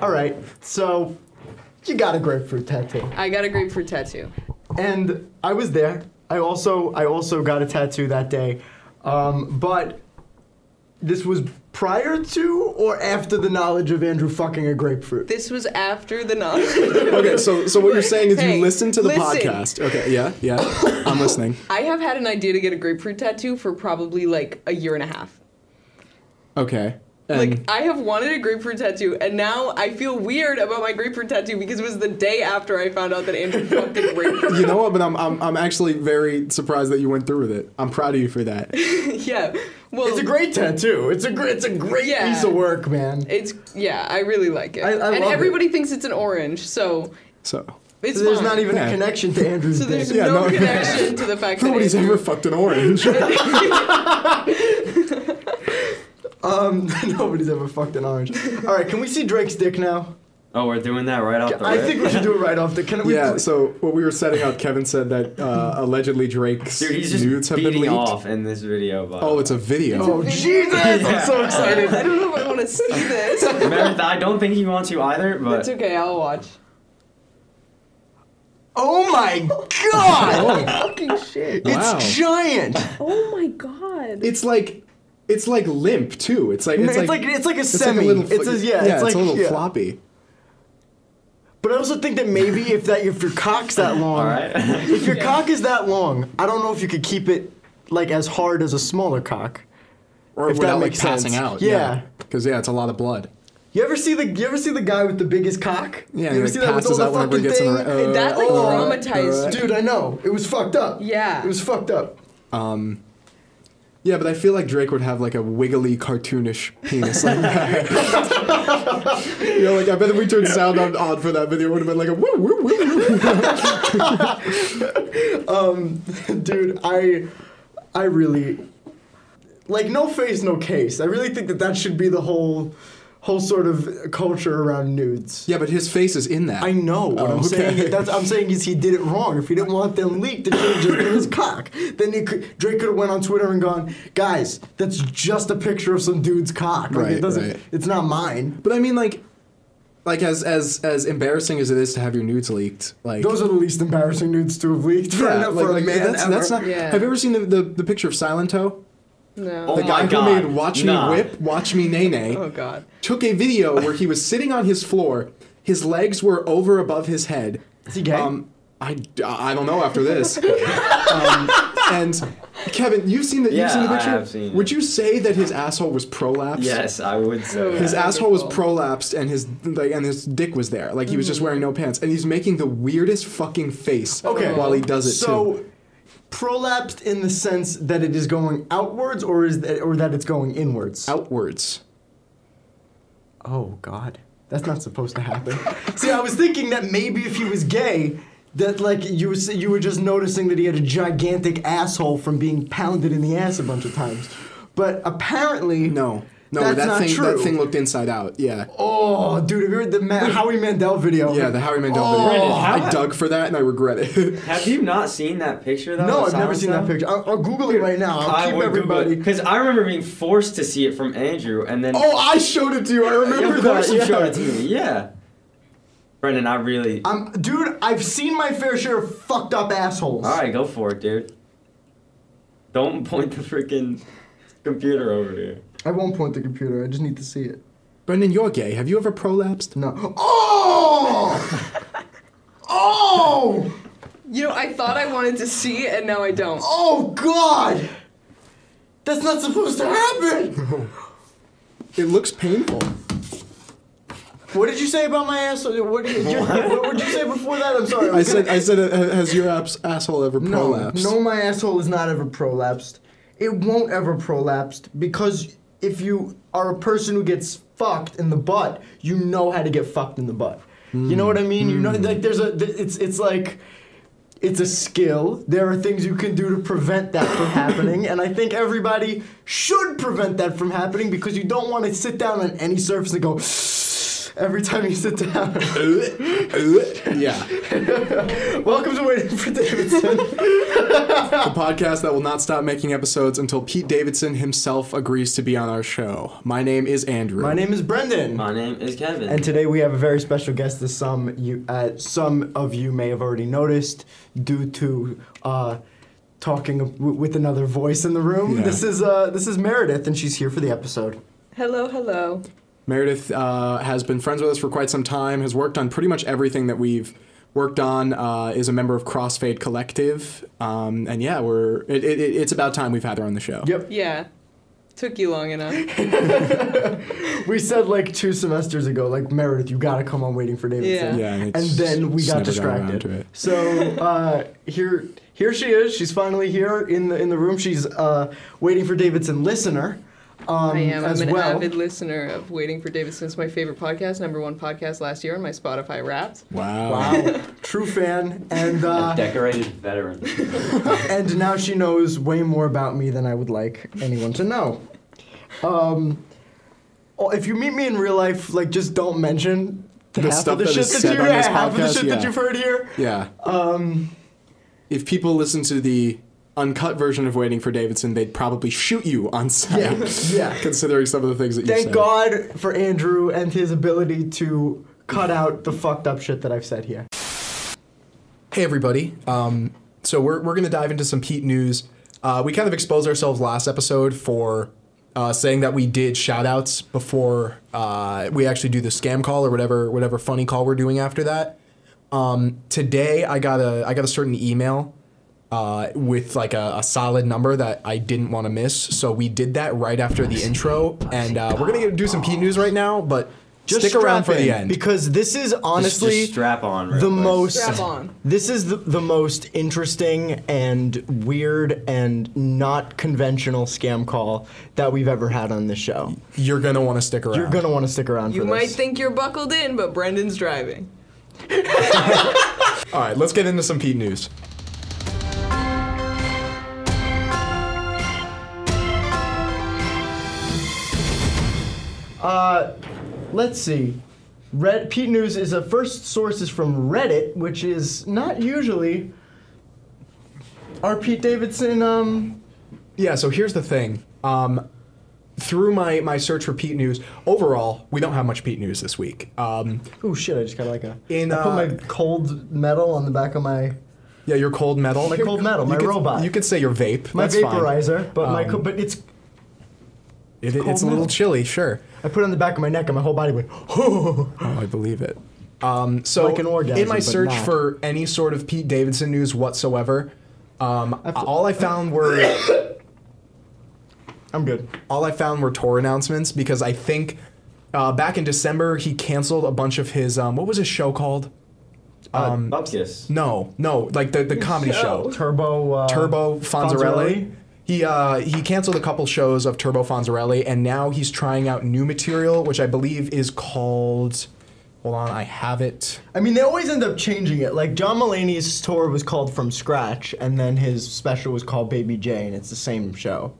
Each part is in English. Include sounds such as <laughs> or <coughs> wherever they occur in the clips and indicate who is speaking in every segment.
Speaker 1: All right. So you got a grapefruit tattoo.
Speaker 2: I got a grapefruit tattoo.
Speaker 1: and I was there. I also I also got a tattoo that day, um, but this was prior to or after the knowledge of Andrew fucking a grapefruit.
Speaker 2: This was after the
Speaker 1: <laughs>
Speaker 2: knowledge.
Speaker 3: Okay, so so what you're saying is
Speaker 2: Hey,
Speaker 3: you listen to the
Speaker 2: listen.
Speaker 3: podcast. Okay, yeah, yeah. I'm listening.
Speaker 2: I have had an idea to get a grapefruit tattoo for probably like a year and a half.
Speaker 3: Okay. And
Speaker 2: Like I have wanted a grapefruit tattoo, and now I feel weird about my grapefruit tattoo because it was the day after I found out
Speaker 1: <laughs>
Speaker 2: that Andrew fucked a
Speaker 3: <coughs>
Speaker 2: grapefruit.
Speaker 3: you know what? But I'm, I'm I'm actually very surprised that you went through with it. I'm proud of you for that.
Speaker 2: <laughs> yeah. Well,
Speaker 1: It's a great tattoo. It's a great it's a great
Speaker 2: Yeah.
Speaker 1: piece of work, man.
Speaker 2: It's yeah, I really like it.
Speaker 1: I- I
Speaker 2: and
Speaker 1: love it.
Speaker 2: everybody thinks it's an orange, so
Speaker 3: So
Speaker 2: it's
Speaker 1: So there's
Speaker 2: fine.
Speaker 1: not even a
Speaker 3: Yeah.
Speaker 1: connection to Andrew's
Speaker 2: so there's
Speaker 1: dick.
Speaker 3: Yeah,
Speaker 2: no,
Speaker 3: no-
Speaker 2: connection to the fact that
Speaker 3: nobody's
Speaker 2: it- <laughs>
Speaker 3: ever fucked an <laughs> orange.
Speaker 1: Um, <laughs> nobody's ever fucked an orange. All right, can we see Drake's dick now?
Speaker 4: Oh, we're doing that right off the
Speaker 1: I
Speaker 4: rip.
Speaker 1: think we should do it right off the. Can we?
Speaker 3: yeah. So what we were setting up, Kevin said that uh, allegedly Drake's
Speaker 4: Dude, he's just
Speaker 3: nudes have been
Speaker 4: beating
Speaker 3: leaked.
Speaker 4: off in this video. By
Speaker 3: Oh,
Speaker 4: the
Speaker 3: it's a
Speaker 4: way.
Speaker 3: video.
Speaker 1: Oh Jesus! <laughs> I'm so excited.
Speaker 2: I don't know if I want to see
Speaker 1: <laughs>
Speaker 2: this.
Speaker 4: <laughs> Remember that? I don't think he wants you either, but
Speaker 2: It's okay, I'll watch.
Speaker 1: Oh my
Speaker 3: <laughs>
Speaker 1: God!
Speaker 2: <laughs> Fucking shit.
Speaker 3: Wow.
Speaker 1: It's giant.
Speaker 2: Oh my god.
Speaker 3: It's like it's like limp too. It's like it's,
Speaker 1: it's like, it's like a semi.
Speaker 3: a little,
Speaker 1: it's a, yeah,
Speaker 3: yeah,
Speaker 1: it's, like,
Speaker 3: a little
Speaker 1: yeah.
Speaker 3: floppy.
Speaker 1: But I also think that maybe if that if your cock's that long,
Speaker 4: all right.
Speaker 1: if
Speaker 2: <laughs>
Speaker 1: your cock is that long, I don't know if you could keep it like as hard as a smaller cock.
Speaker 3: Or
Speaker 1: If that
Speaker 3: without like
Speaker 1: makes
Speaker 3: passing
Speaker 1: sense.
Speaker 3: out.
Speaker 1: Yeah.
Speaker 3: Because yeah, it's a lot of blood.
Speaker 1: You ever see the you ever see the guy with the biggest cock?
Speaker 3: Yeah,
Speaker 1: you
Speaker 3: and
Speaker 1: ever
Speaker 3: it
Speaker 1: see that with all
Speaker 3: passes
Speaker 1: the
Speaker 3: out whenever
Speaker 1: fucking
Speaker 3: it gets in
Speaker 1: thing?
Speaker 3: the ra- uh,
Speaker 2: That, like,
Speaker 3: uh,
Speaker 2: traumatized
Speaker 3: uh,
Speaker 1: Dude, I know it was fucked up. <laughs>
Speaker 2: Yeah.
Speaker 1: it was fucked up.
Speaker 3: Um, yeah, but I feel like Drake would have like a wiggly, cartoonish penis like that.
Speaker 1: <laughs>
Speaker 3: you know, like I bet if we turned sound on, on for that video, it would have been like a woo woo woo. woo.
Speaker 1: <laughs> Um, Dude, I, I really, like, no face, no case. I really think that that should be the whole, whole sort of culture around nudes.
Speaker 3: Yeah, but his face is in that.
Speaker 1: I know what
Speaker 3: Oh,
Speaker 1: I'm
Speaker 3: okay.
Speaker 1: saying. is- That's, I'm saying is he did it wrong. If he didn't want them leaked, it should have just been his cock. Then he could, Drake could have went on Twitter and gone, guys, that's just a picture of some dude's cock. Like, it
Speaker 3: Right,
Speaker 1: doesn't.
Speaker 3: right.
Speaker 1: It's not mine.
Speaker 3: But I mean, like, like as as as embarrassing as it is to have your nudes leaked, like
Speaker 1: Those are the least embarrassing nudes to have <laughs> leaked for,
Speaker 3: yeah,
Speaker 1: for
Speaker 3: like,
Speaker 1: a
Speaker 3: like,
Speaker 1: man
Speaker 3: that's,
Speaker 1: ever.
Speaker 3: that's not.
Speaker 2: Yeah.
Speaker 3: Have you ever seen the, the, the picture of Silento?
Speaker 2: No.
Speaker 4: Oh
Speaker 3: The
Speaker 4: my
Speaker 3: guy
Speaker 4: God,
Speaker 3: who made "Watch
Speaker 4: nah.
Speaker 3: Me Whip, Watch Me Nay Nay."
Speaker 2: Oh god.
Speaker 3: took a video where he was sitting on his floor. His legs were over above his head.
Speaker 1: Is he gay?
Speaker 3: Um, I, I don't know
Speaker 1: <laughs>
Speaker 3: after this. um, and Kevin, you've seen the you've seen the
Speaker 4: Yeah, I
Speaker 3: picture.
Speaker 4: have seen
Speaker 3: Would
Speaker 4: it.
Speaker 3: you say that his asshole was prolapsed?
Speaker 4: yes, I would say.
Speaker 3: His
Speaker 2: Yeah,
Speaker 3: asshole was
Speaker 2: wonderful.
Speaker 3: prolapsed and his like and his dick was there. Like he was
Speaker 1: Mm-hmm.
Speaker 3: just wearing no pants and he's making the weirdest fucking face
Speaker 1: Okay.
Speaker 3: while he does it
Speaker 1: so,
Speaker 3: too.
Speaker 1: prolapsed in the sense that it is going outwards, or is that, or that it's going inwards?
Speaker 3: Outwards.
Speaker 1: oh God, that's not supposed to happen. <laughs> See, I was thinking that maybe if he was gay, that like you were s- you were just noticing that he had a gigantic asshole from being pounded in the ass a bunch of times, but apparently
Speaker 3: No. No,
Speaker 1: That's
Speaker 3: that
Speaker 1: not
Speaker 3: thing
Speaker 1: true.
Speaker 3: that thing looked inside out. Yeah.
Speaker 1: Oh, dude, have you heard the Ma- Howie Mandel video?
Speaker 3: Yeah, the Howie Mandel
Speaker 1: Oh,
Speaker 3: video.
Speaker 4: Brandon, how
Speaker 3: I
Speaker 4: ha-
Speaker 3: dug for that and I regret it.
Speaker 4: Have you not seen that picture though?
Speaker 1: No,
Speaker 4: of
Speaker 1: I've never
Speaker 4: Silence
Speaker 1: seen that
Speaker 4: Now?
Speaker 1: picture. I'll, I'll Google it right now. I'll
Speaker 4: I
Speaker 1: keep
Speaker 4: would
Speaker 1: everybody.
Speaker 4: because I remember being forced to see it from Andrew, and then
Speaker 3: Oh, I showed it to you. I
Speaker 4: Yeah,
Speaker 3: remember
Speaker 4: of course
Speaker 3: that.
Speaker 4: you
Speaker 3: yeah.
Speaker 4: showed it to me. Yeah, Brendan, I really. All
Speaker 1: Um, dude, I've seen my fair share of fucked up assholes.
Speaker 4: right, go for it, dude. Don't <laughs> point the freaking computer over here.
Speaker 1: I won't point the computer. I just need to see it.
Speaker 3: Brendan, you're gay. Have you ever prolapsed?
Speaker 1: No. <laughs> Oh! <laughs> oh!
Speaker 2: You know, I thought I wanted to see it and now I don't.
Speaker 1: Oh God! That's not supposed to
Speaker 3: <laughs>
Speaker 1: happen.
Speaker 3: It looks painful.
Speaker 1: What did you say about my asshole? What did
Speaker 3: <laughs>
Speaker 1: you, what would you say before that? I'm sorry.
Speaker 3: I said, I said, uh, has your abs- asshole ever
Speaker 1: No,
Speaker 3: prolapsed?
Speaker 1: no, my asshole is not ever prolapsed. It won't ever prolapsed because if you are a person who gets fucked in the butt, you know how to get fucked in the butt. You know what I mean? You know, like there's a, th- it's it's like, it's a skill. There are things you can do to prevent that from happening, and I think everybody should prevent that from happening because you don't want to sit down on any surface and go. <sighs> every time you sit down.
Speaker 3: yeah.
Speaker 1: <laughs> Welcome to Waiting for
Speaker 3: <laughs>
Speaker 1: Davidson.
Speaker 3: A podcast that will not stop making episodes until Pete Davidson himself agrees to be on our show. My name is Andrew.
Speaker 1: My name is Brendan.
Speaker 4: My name is Kevin.
Speaker 1: And today we have a very special guest, as some you, uh, some of you may have already noticed, due to uh, talking w- with another voice in the room.
Speaker 3: Yeah.
Speaker 1: This is uh, this is Meredith, and she's here for the episode.
Speaker 2: Hello, hello.
Speaker 3: Meredith uh, has been friends with us for quite some time, has worked on pretty much everything that we've worked on, uh, is a member of Crossfade Collective. Um, and yeah, we're it, it, it- it's about time we've had her on the show.
Speaker 1: Yep.
Speaker 2: Yeah. Took you long enough.
Speaker 1: We said like two semesters ago, like Meredith, you gotta come on Waiting for Davidson.
Speaker 3: Yeah, and,
Speaker 1: And
Speaker 3: it's
Speaker 1: then we
Speaker 3: just
Speaker 1: got
Speaker 3: never around
Speaker 1: distracted.
Speaker 3: to it.
Speaker 1: So uh, here here she is. She's finally here in the in the room. She's uh, waiting for Davidson listener. Um,
Speaker 2: I am.
Speaker 1: As
Speaker 2: I'm an
Speaker 1: well.
Speaker 2: avid listener of Waiting for Davidson. It's my favorite podcast, number one podcast last year on my Spotify Wrapped.
Speaker 3: Wow.
Speaker 1: Wow, Um, <laughs> true fan, and
Speaker 4: a
Speaker 1: uh,
Speaker 4: decorated veteran.
Speaker 1: and now she knows way more about me than I would like anyone to know. Um, oh, if you meet me in real life, like just don't mention
Speaker 3: The
Speaker 1: half
Speaker 3: stuff
Speaker 1: of the
Speaker 3: that
Speaker 1: shit
Speaker 3: is
Speaker 1: that
Speaker 3: said
Speaker 1: you
Speaker 3: on this
Speaker 1: half of the
Speaker 3: podcast,
Speaker 1: shit that
Speaker 3: yeah.
Speaker 1: you've heard here.
Speaker 3: Yeah. Um, if people listen to the uncut version of Waiting for Davidson, they'd probably shoot you on sight.
Speaker 1: Yeah, yeah.
Speaker 3: <laughs> Considering some of the things that you said.
Speaker 1: Thank God for Andrew and his ability to cut out the fucked up shit that I've said here.
Speaker 3: Hey, everybody. Um, so we're, we're going to dive into some Pete news. Uh, we kind of exposed ourselves last episode for uh, saying that we did shout outs before uh, we actually do the scam call or whatever whatever funny call we're doing after that. Um, today, I got a I got a certain email uh, with like a, a solid number that I didn't want to miss. So we did that right after the intro, and uh, we're gonna do some Pete news right now. But
Speaker 1: Just
Speaker 3: stick around
Speaker 1: strap
Speaker 3: for the
Speaker 1: in,
Speaker 3: end.
Speaker 1: because this is
Speaker 4: Just,
Speaker 1: honestly
Speaker 4: just strap on. real
Speaker 1: the
Speaker 4: quick.
Speaker 1: most
Speaker 2: Strap on.
Speaker 1: this is the, the most interesting and weird and not conventional scam call that we've ever had on this show
Speaker 3: You're gonna want to stick around.
Speaker 1: you're gonna want to stick around
Speaker 2: You
Speaker 1: for
Speaker 2: might
Speaker 1: this
Speaker 2: think you're buckled in, but Brendan's driving.
Speaker 3: All right, let's get into some Pete news.
Speaker 1: Uh, let's see Red, Pete News is a first source is from Reddit, which is not usually our Pete Davidson. Um,
Speaker 3: Yeah, so here's the thing. Um, through my, my search for Pete news, overall, we don't have much Pete news this week. Um,
Speaker 1: oh shit! I just got like a.
Speaker 3: In,
Speaker 1: I put
Speaker 3: uh,
Speaker 1: my cold metal on the back of my
Speaker 3: yeah, your cold metal.
Speaker 1: My cold metal,
Speaker 3: you
Speaker 1: my
Speaker 3: could,
Speaker 1: robot.
Speaker 3: You could say your vape.
Speaker 1: my
Speaker 3: That's fine.
Speaker 1: vaporizer, but my
Speaker 3: Um,
Speaker 1: co- but it's
Speaker 3: It- it-
Speaker 1: cold
Speaker 3: it's a little
Speaker 1: metal.
Speaker 3: chilly, sure.
Speaker 1: I put it on the back of my neck and my whole
Speaker 3: <laughs>
Speaker 1: body went.
Speaker 3: Oh, I believe it. Um, so
Speaker 1: Like an orgasm,
Speaker 3: in my
Speaker 1: but
Speaker 3: search
Speaker 1: not.
Speaker 3: for any sort of Pete Davidson news whatsoever, um, all I found <coughs> were
Speaker 1: I'm good.
Speaker 3: all I found were tour announcements because I think uh, back in December he canceled a bunch of his um, what was his show called? Um,
Speaker 4: Uh, Bupkis.
Speaker 3: No, no, like the the comedy show.
Speaker 2: show.
Speaker 1: Turbo. Uh,
Speaker 3: Turbo Fonzarelli.
Speaker 1: Fonzarelli?
Speaker 3: He uh, he canceled a couple shows of Turbo Fonzarelli, and now he's trying out new material, which I believe is called. Hold on, I have it.
Speaker 1: I mean, they always end up changing it. Like John Mulaney's tour was called From Scratch, and then his special was called Baby J, and it's the same show.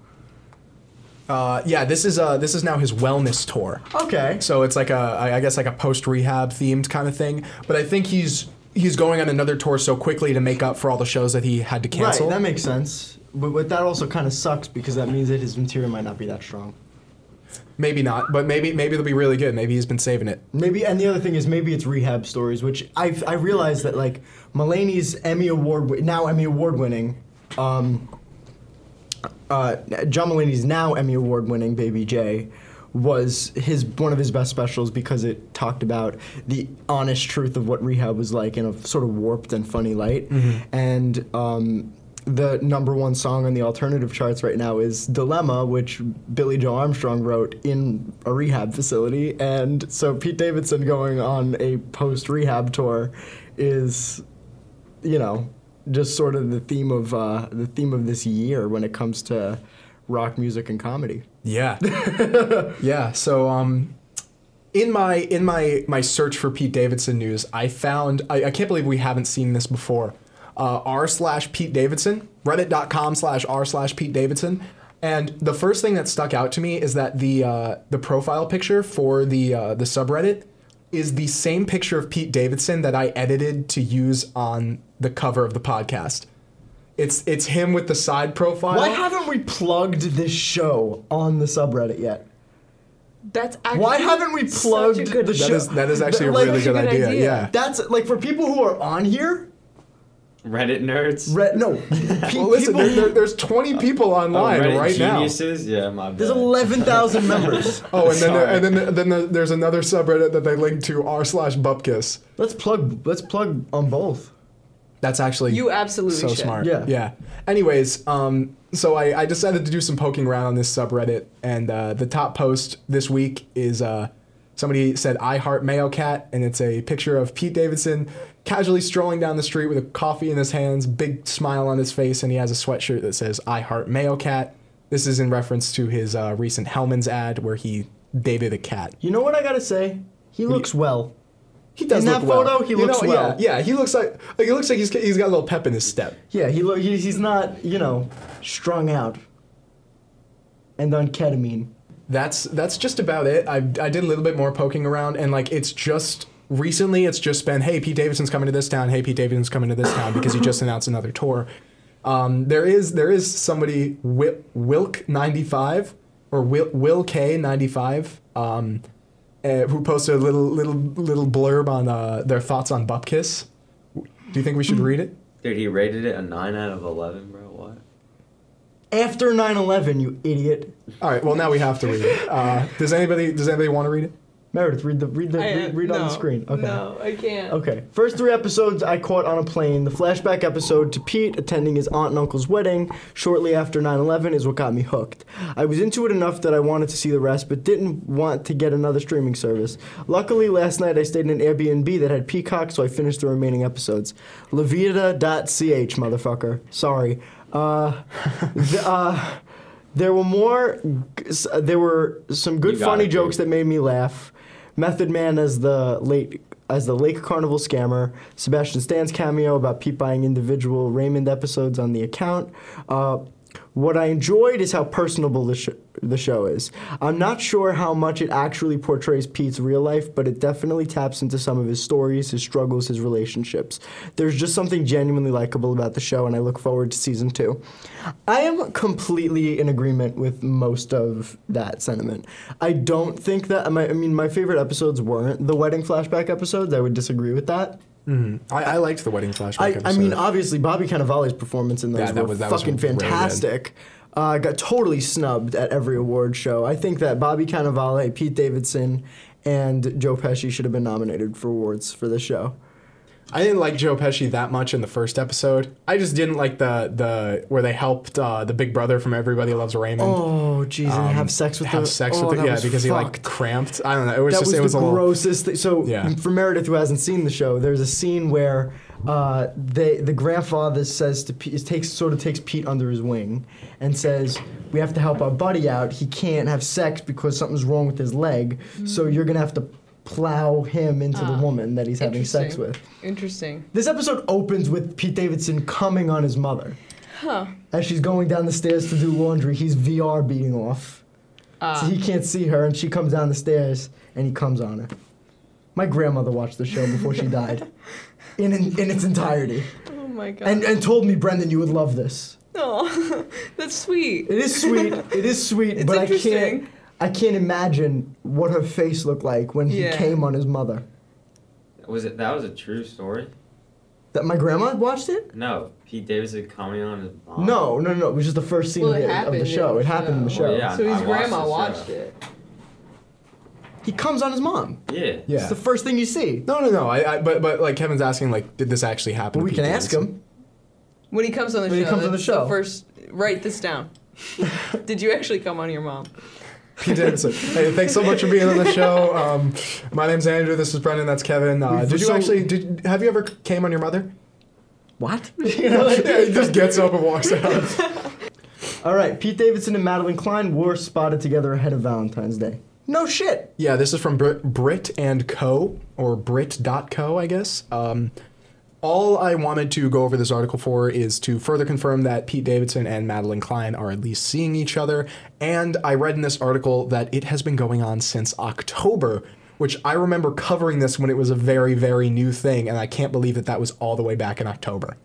Speaker 3: Uh, yeah, this is uh, this is now his wellness tour.
Speaker 1: Okay.
Speaker 3: So it's like a I I guess like a post rehab themed kind of thing. But I think he's he's going on another tour so quickly to make up for all the shows that he had to cancel.
Speaker 1: Right, that makes sense. But, but that also kind of sucks because that means that his material might not be that strong.
Speaker 3: maybe not, but maybe maybe they'll be really good. Maybe he's been saving it.
Speaker 1: Maybe, and the other thing is maybe it's rehab stories, which I I realized that like Mulaney's Emmy award wi- now Emmy award winning, um, uh, John Mulaney's now Emmy award winning Baby J was his one of his best specials because it talked about the honest truth of what rehab was like in a sort of warped and funny light,
Speaker 3: Mm-hmm.
Speaker 1: and. Um, the number one song on the alternative charts right now is Dilemma, which Billy Joe Armstrong wrote in a rehab facility. And so Pete Davidson going on a post rehab tour is, you know, just sort of the theme of uh, the theme of this year when it comes to rock music and comedy.
Speaker 3: Yeah. yeah. So um in my in my my search for Pete Davidson news, I found I, I can't believe we haven't seen this before. Uh, r slash Pete Davidson, reddit.com slash r slash Pete Davidson. And the first thing that stuck out to me is that the uh, the profile picture for the uh, the subreddit is the same picture of Pete Davidson that I edited to use on the cover of the podcast. It's it's him with the side profile.
Speaker 1: Why haven't we plugged this show on the subreddit yet?
Speaker 2: That's actually
Speaker 1: Why haven't we
Speaker 2: such
Speaker 1: plugged
Speaker 2: a good
Speaker 1: the
Speaker 3: That
Speaker 1: show?
Speaker 3: is- that is actually a
Speaker 1: Like,
Speaker 3: really
Speaker 2: that's a
Speaker 3: good,
Speaker 2: good
Speaker 3: idea.
Speaker 2: idea.
Speaker 3: Yeah.
Speaker 1: That's like for people who are on here.
Speaker 4: Reddit nerds.
Speaker 1: Re-
Speaker 4: <laughs>
Speaker 1: no, pe-
Speaker 3: Well, listen,
Speaker 1: people-
Speaker 3: there, there- there's 20 people
Speaker 4: Oh,
Speaker 3: online
Speaker 4: Reddit
Speaker 3: right
Speaker 4: geniuses? Yeah, my bad.
Speaker 1: there's
Speaker 4: <laughs>
Speaker 1: eleven thousand members.
Speaker 3: now. Oh, and then there,
Speaker 4: Sorry.
Speaker 3: and then there- then there- there's another subreddit that they link to r slash bupkis.
Speaker 1: Let's plug. Let's plug on both.
Speaker 3: That's actually
Speaker 2: You absolutely
Speaker 3: so
Speaker 2: should.
Speaker 3: smart.
Speaker 1: Yeah.
Speaker 3: Yeah. Anyways, um, so I, I decided to do some poking around on this subreddit, and uh, the top post this week is uh, somebody said "I heart Mayo Cat," and it's a picture of Pete Davidson casually strolling down the street with a coffee in his hands, big smile on his face, and he has a sweatshirt that says "I heart Mayo Cat." This is in reference to his uh, recent Hellman's ad where he dated a cat.
Speaker 1: You know what I gotta say? He looks well.
Speaker 3: He does
Speaker 1: In that
Speaker 3: look well.
Speaker 1: photo, he
Speaker 3: You
Speaker 1: looks
Speaker 3: know,
Speaker 1: well.
Speaker 3: Yeah, yeah, he looks like like it looks like he's he's got a little pep in his step.
Speaker 1: Yeah, he look. He, he's not, you know, strung out and on ketamine.
Speaker 3: that's that's just about it. I, I did a little bit more poking around, and like it's just recently, it's just been hey, Pete Davidson's coming to this town. Hey, Pete Davidson's coming to this town because he just announced another tour. Um, there is there is somebody Wil- Wilk ninety five or Wil, Will K ninety five. Um, uh, who posted a little little little blurb on uh, their thoughts on Bupkis? Do you think we should read it?
Speaker 4: Dude, he rated it a 9 out of 11, bro. What?
Speaker 1: After 9/11, you idiot.
Speaker 3: All right. Well, now we have to read it. Uh, does anybody does anybody want to read it?
Speaker 1: Meredith, read the read the
Speaker 2: I,
Speaker 1: read, read on
Speaker 2: no,
Speaker 1: the screen. Okay.
Speaker 2: No, Oh, I can't.
Speaker 1: Okay. First three episodes I caught on a plane. The flashback episode to Pete attending his aunt and uncle's wedding shortly after 9 11 is what got me hooked. I was into it enough that I wanted to see the rest, but didn't want to get another streaming service. Luckily, last night I stayed in an Airbnb that had Peacock, so I finished the remaining episodes. Levita.ch, motherfucker. Sorry. Uh, th- uh, there were more, g- s- uh, there were some good
Speaker 4: You got
Speaker 1: funny
Speaker 4: it, dude.
Speaker 1: jokes that made me laugh. Method Man as the late as the Lake Carnival scammer, Sebastian Stan's cameo about Pete buying individual Raymond episodes on the account. Uh, what I enjoyed is how personable the, sh- the show is. I'm not sure how much it actually portrays Pete's real life, but it definitely taps into some of his stories, his struggles, his relationships. There's just something genuinely likable about the show, and I look forward to season two. I am completely in agreement with most of that sentiment. I don't think that my, I mean my favorite episodes weren't the wedding flashback episodes. I would disagree with that.
Speaker 3: I, I liked the wedding flashback.
Speaker 1: I, I mean
Speaker 3: episode.
Speaker 1: obviously Bobby Cannavale's performance in those
Speaker 3: Yeah, that
Speaker 1: were
Speaker 3: was- that was
Speaker 1: fucking
Speaker 3: really good.
Speaker 1: fantastic. Uh, got totally snubbed at every award show. I think that Bobby Cannavale, Pete Davidson, and Joe Pesci should have been nominated for awards for this show.
Speaker 3: I didn't like Joe Pesci that much in the first episode. I just didn't like the the where they helped uh, the big brother from Everybody Loves Raymond. Um,
Speaker 1: Oh, jeez, and have sex with
Speaker 3: have
Speaker 1: the
Speaker 3: sex
Speaker 1: oh,
Speaker 3: with
Speaker 1: that
Speaker 3: it, yeah,
Speaker 1: was
Speaker 3: because he like
Speaker 1: fucked.
Speaker 3: cramped. I don't know. It was
Speaker 1: that
Speaker 3: just
Speaker 1: was
Speaker 3: it was
Speaker 1: the
Speaker 3: a little.
Speaker 1: grossest thing. So
Speaker 3: Yeah.
Speaker 1: for Meredith, who hasn't seen the show, there's a scene where uh, they, the grandfather says to Pete, takes sort of takes Pete under his wing, and says, "We have to help our buddy out. He can't have sex because something's wrong with his leg. So you're gonna have to plow him into the woman that he's having sex
Speaker 2: interesting.
Speaker 1: with."
Speaker 2: Interesting.
Speaker 1: This episode opens with Pete Davidson coming on his mother
Speaker 2: Huh.
Speaker 1: as she's going down the stairs to do laundry. He's VR beating off.
Speaker 2: Uh,
Speaker 1: So he can't see her, and she comes down the stairs, and he comes on her. My grandmother watched the show before she <laughs> died, in, in in its entirety,
Speaker 2: Oh my god.
Speaker 1: and and told me, Brendan, you would love this.
Speaker 2: <laughs> oh, <laughs> that's sweet.
Speaker 1: It is sweet. It is sweet,
Speaker 2: It's
Speaker 1: but I can't.
Speaker 2: interesting.
Speaker 1: I can't imagine what her face looked like when he
Speaker 2: Yeah.
Speaker 1: came on his mother.
Speaker 4: Was it that was a true story?
Speaker 1: That my grandma watched it?
Speaker 4: No. Pete Davidson commenting on his mom.
Speaker 1: No, no, no. It was just the first scene
Speaker 2: Well,
Speaker 1: of,
Speaker 2: it
Speaker 1: the, of the
Speaker 2: happened
Speaker 1: show. It happened in the show.
Speaker 4: Well, yeah.
Speaker 2: so his
Speaker 4: I watched
Speaker 2: grandma
Speaker 4: this,
Speaker 2: watched
Speaker 4: yeah.
Speaker 2: it.
Speaker 1: He comes on his mom.
Speaker 4: Yeah.
Speaker 3: Yeah.
Speaker 1: It's the first thing you see.
Speaker 3: no, no, no. I, I but but like Kevin's asking like, did this actually
Speaker 1: But
Speaker 3: happen? to
Speaker 1: we
Speaker 3: Pete
Speaker 1: can ask
Speaker 3: Davidson?
Speaker 1: him.
Speaker 2: When he comes on the
Speaker 1: When
Speaker 2: show.
Speaker 1: he comes on the
Speaker 2: that's
Speaker 1: show.
Speaker 2: first, write this
Speaker 1: <laughs>
Speaker 2: down. Did you actually come on your mom?
Speaker 1: <laughs>
Speaker 3: Pete Davidson. hey, thanks so much for being on the show. Um, my name's Andrew. This is Brendan. That's Kevin. Uh,
Speaker 1: We've-
Speaker 3: did you
Speaker 1: so-
Speaker 3: actually? Did have you ever came on your mother?
Speaker 1: <laughs> What?
Speaker 3: yeah, he just gets up and walks out.
Speaker 1: <laughs> All right, Pete Davidson and Madeline Klein were spotted together ahead of Valentine's Day. No shit.
Speaker 3: Yeah, this is from Brit, Brit and Co. or Brit.co, I guess. Um, all I wanted to go over this article for is to further confirm that Pete Davidson and Madeline Klein are at least seeing each other. And I read in this article that it has been going on since October, which I remember covering this when it was a very, very new thing, and I can't believe that that was all the way back in October,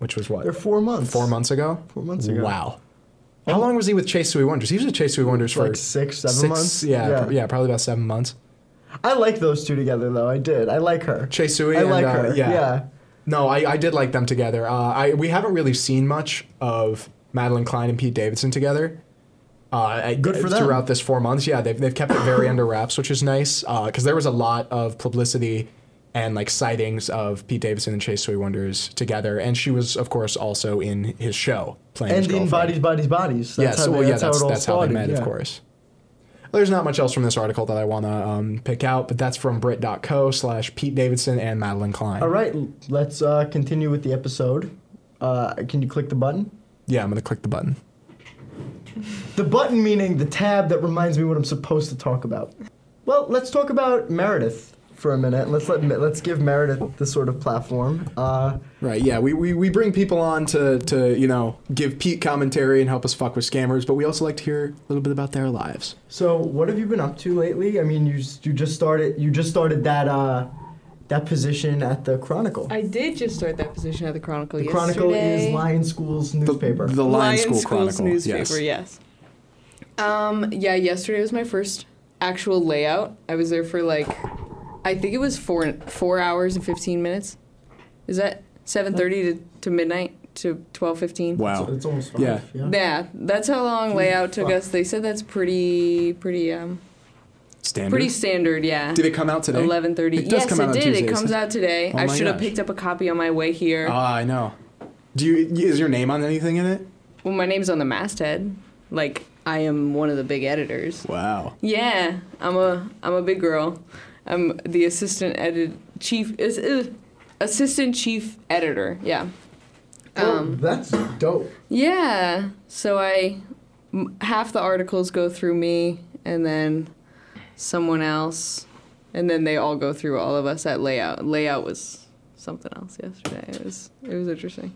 Speaker 3: which was what
Speaker 1: They're four months.
Speaker 3: four months ago.
Speaker 1: Four months ago.
Speaker 3: Wow. How long was he with Chase Sui Wonders? He was with Chase Sui Wonders for
Speaker 1: Like six, seven
Speaker 3: six-
Speaker 1: months?
Speaker 3: Yeah,
Speaker 1: Yeah.
Speaker 3: yeah, probably about seven months.
Speaker 1: I like those two together though. I did. I like her.
Speaker 3: Chase Sui
Speaker 1: I
Speaker 3: and,
Speaker 1: like
Speaker 3: uh,
Speaker 1: her.
Speaker 3: yeah.
Speaker 1: yeah.
Speaker 3: No, I, I did like them together. Uh, I we haven't really seen much of Madeline Klein and Pete Davidson together. Uh, I-
Speaker 1: Good for them.
Speaker 3: Throughout this four months, yeah, they've, they've kept it very under wraps, which is nice because there was a lot of publicity and like sightings of Pete Davidson and Chase Sui Wonders together, and she was of course also in his show playing. his
Speaker 1: And in
Speaker 3: girlfriend.
Speaker 1: bodies, bodies, bodies. That's
Speaker 3: yes,
Speaker 1: how
Speaker 3: well,
Speaker 1: they,
Speaker 3: yeah,
Speaker 1: that's, how
Speaker 3: that's,
Speaker 1: it all
Speaker 3: that's
Speaker 1: started.
Speaker 3: how they met,
Speaker 1: yeah.
Speaker 3: of course. There's not much else from this article that I want to um, pick out, but that's from Brit.co slash Pete Davidson and Madeline Klein.
Speaker 1: All right, l- let's uh, continue with the episode. Uh, can you click the button?
Speaker 3: Yeah, I'm going to click the button.
Speaker 1: The button meaning the tab that reminds me what I'm supposed to talk about. Well, let's talk about Meredith for a minute. Let's let let's give Meredith this sort of platform. Uh,
Speaker 3: Right, yeah, we, we, we bring people on to, to, you know, give Pete commentary and help us fuck with scammers, but we also like to hear a little bit about their lives.
Speaker 1: so, what have you been up to lately? I mean, you s- you just started you just started that uh, that position at the Chronicle.
Speaker 2: I did just start that position at the Chronicle
Speaker 1: the
Speaker 2: yesterday.
Speaker 1: Chronicle is Lion School's newspaper.
Speaker 3: The Lion
Speaker 2: Lion
Speaker 3: School
Speaker 2: School's
Speaker 3: Chronicle,
Speaker 2: newspaper. Yes. Um. Yeah. Yesterday was my first actual layout. I was there for like, I think it was four four hours and fifteen minutes. Is that seven thirty to to midnight to twelve fifteen?
Speaker 1: So
Speaker 3: Wow.
Speaker 1: it's almost five.
Speaker 3: Yeah.
Speaker 2: Yeah, that's how long layout took
Speaker 1: fuck.
Speaker 2: us. They said that's pretty, pretty, um,
Speaker 3: Standard.
Speaker 2: pretty standard. Yeah.
Speaker 3: Did it come out today?
Speaker 2: Eleven thirty.
Speaker 3: It does
Speaker 2: Yes,
Speaker 3: come out
Speaker 2: it
Speaker 3: on
Speaker 2: did.
Speaker 3: Tuesdays.
Speaker 2: It comes out today.
Speaker 3: Oh
Speaker 2: I
Speaker 3: my
Speaker 2: should have
Speaker 3: gosh.
Speaker 2: picked up a copy on my way here.
Speaker 3: Ah, I know. Do you, is your name on anything in it?
Speaker 2: well, my name's on the masthead. Like I am one of the big editors.
Speaker 3: Wow.
Speaker 2: Yeah, I'm a I'm a big girl. I'm the assistant edit chief is, is assistant chief editor. Yeah.
Speaker 1: Well,
Speaker 2: Um,
Speaker 1: that's dope.
Speaker 2: Yeah. So I m- half the articles go through me and then someone else and then they all go through all of us at layout. Layout was something else yesterday. It was it was interesting.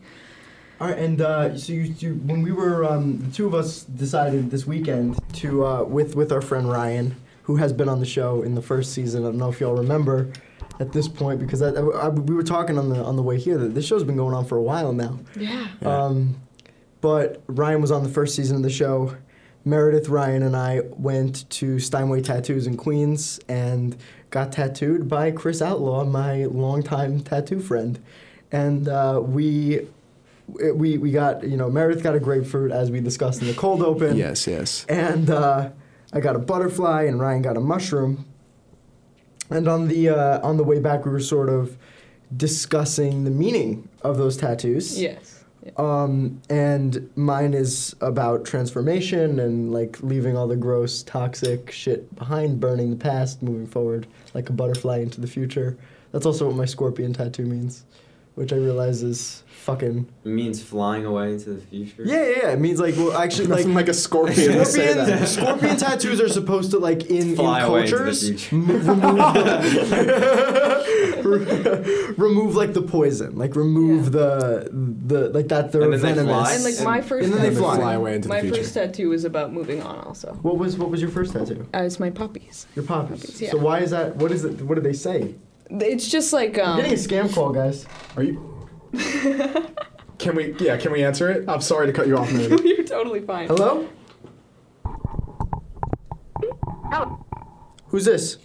Speaker 1: All right, and uh, so you, you, when we were um, the two of us decided this weekend to uh, with with our friend Ryan, who has been on the show in the first season. I don't know if y'all remember at this point because I, I- I- we were talking on the on the way here that this show's been going on for a while now.
Speaker 2: Yeah.
Speaker 1: Um, but Ryan was on the first season of the show. Meredith, Ryan, and I went to Steinway Tattoos in Queens and got tattooed by Chris Outlaw, my longtime tattoo friend. And uh, we, it- we, we got, you know, Meredith got a grapefruit as we discussed in the cold open.
Speaker 3: Yes, yes.
Speaker 1: And uh, I got a butterfly, and Ryan got a mushroom. And on the uh, on the way back, we were sort of discussing the meaning of those tattoos.
Speaker 2: Yes. Yeah.
Speaker 1: Um, and mine is about transformation and like leaving all the gross, toxic shit behind, burning the past, moving forward like a butterfly into the future. That's also what my scorpion tattoo means, which I realize is fucking.
Speaker 4: It means flying away into the future.
Speaker 1: Yeah, yeah, yeah. It means like, well, actually, like.
Speaker 3: Nothing like a
Speaker 1: <laughs>
Speaker 3: scorpion. to say that.
Speaker 1: Scorpion, scorpion tattoos are supposed to like
Speaker 3: <laughs>
Speaker 1: in, in
Speaker 4: Fly away into the
Speaker 1: cultures
Speaker 4: future.
Speaker 1: m- remove, <laughs> the, remove like the poison, like remove
Speaker 2: Yeah.
Speaker 1: the the like that they're
Speaker 4: And then they
Speaker 1: venomous.
Speaker 4: fly?
Speaker 2: And like
Speaker 4: And-
Speaker 2: my first
Speaker 1: and then they
Speaker 3: And
Speaker 1: fly.
Speaker 3: away into
Speaker 2: my
Speaker 3: the future.
Speaker 2: first tattoo was about moving on also.
Speaker 1: What was what was your first tattoo?
Speaker 2: Uh, it's my puppies.
Speaker 1: Your poppies.
Speaker 2: Poppies, yeah.
Speaker 1: So why is that? What is it? What do they say?
Speaker 2: It's just like um
Speaker 1: I'm getting a scam call, guys.
Speaker 3: Are you? can we? Yeah, can we answer it? I'm sorry to cut you off, Meredith.
Speaker 2: <laughs> you're totally fine.
Speaker 1: Hello?
Speaker 5: Oh,
Speaker 1: Who's this?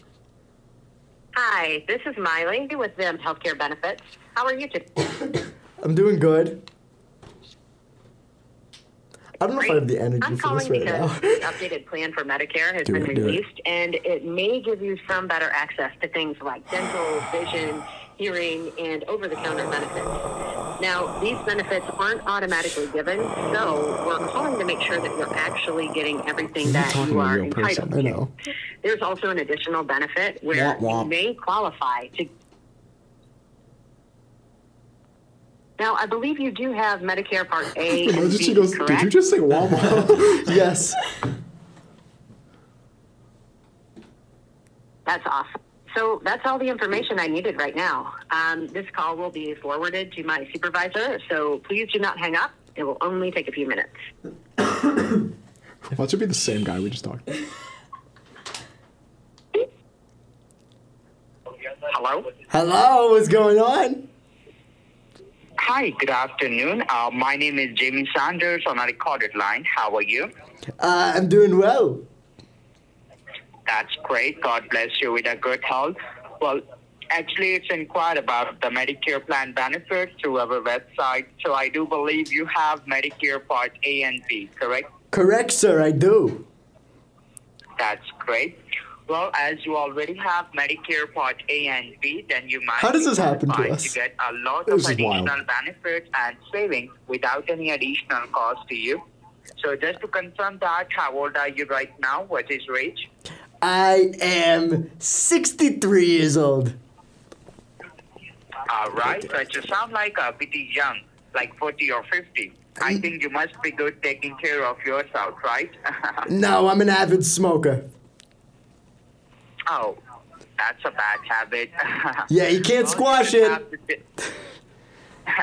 Speaker 5: Hi, this is Miley with Them Healthcare Benefits. How are you today?
Speaker 1: I'm doing good. I don't know if I
Speaker 5: Great.
Speaker 1: have the energy
Speaker 5: I'm
Speaker 1: for this
Speaker 5: calling
Speaker 1: right
Speaker 5: <laughs> because
Speaker 3: <laughs>
Speaker 1: now.
Speaker 5: the updated plan for Medicare has
Speaker 3: Do
Speaker 5: been
Speaker 3: it, do it.
Speaker 5: released, and it may give you some better access to things like dental, vision, hearing, and over-the-counter benefits. Now, these benefits aren't automatically given, so we're calling to make sure that you're actually getting everything that
Speaker 3: talking
Speaker 5: you
Speaker 3: to a
Speaker 5: are
Speaker 3: real person,
Speaker 5: entitled
Speaker 1: I
Speaker 5: to.
Speaker 1: know.
Speaker 5: There's also an additional benefit where
Speaker 3: Womp womp.
Speaker 5: you may qualify to. Now, I believe you do have Medicare Part A. and
Speaker 3: Imagine
Speaker 5: B,
Speaker 3: she goes. Did
Speaker 5: correct?
Speaker 3: you just say Walmart?
Speaker 1: <laughs> Yes.
Speaker 5: That's awesome. So that's all the information I needed right now. Um, this call will be forwarded to my supervisor, so please do not hang up. It will only take a few minutes.
Speaker 3: Watch it be the same guy we just talked.
Speaker 1: Hello, what's going on?
Speaker 6: Hi, good afternoon. Uh, my name is Jamie Sanders on a recorded line. How are you?
Speaker 1: Uh, I'm doing well.
Speaker 6: That's great. God bless you with a good health. Well, actually, it's inquired about the Medicare plan benefits through our website. So I do believe you have Medicare Part A and B, correct?
Speaker 1: Correct, sir, I do.
Speaker 6: That's great. Well, as you already have Medicare Part A and B, then you might
Speaker 1: How does
Speaker 6: be
Speaker 1: this happen to
Speaker 6: qualified
Speaker 1: us?
Speaker 6: get a lot
Speaker 3: This
Speaker 6: of
Speaker 3: is wild.
Speaker 6: additional benefits and savings without any additional cost to you. So just to confirm that, how old are you right now? What is your age?
Speaker 1: I am 63 years old.
Speaker 6: All right, but you sound like a pretty young, like 40 or
Speaker 1: Mm.
Speaker 6: 50. I think you must be good taking care of yourself, right? <laughs>
Speaker 1: No, I'm an avid smoker.
Speaker 6: oh, that's a bad habit.
Speaker 1: <laughs> Yeah, you can't
Speaker 6: Well,
Speaker 1: squash
Speaker 6: you should
Speaker 1: it.
Speaker 6: have to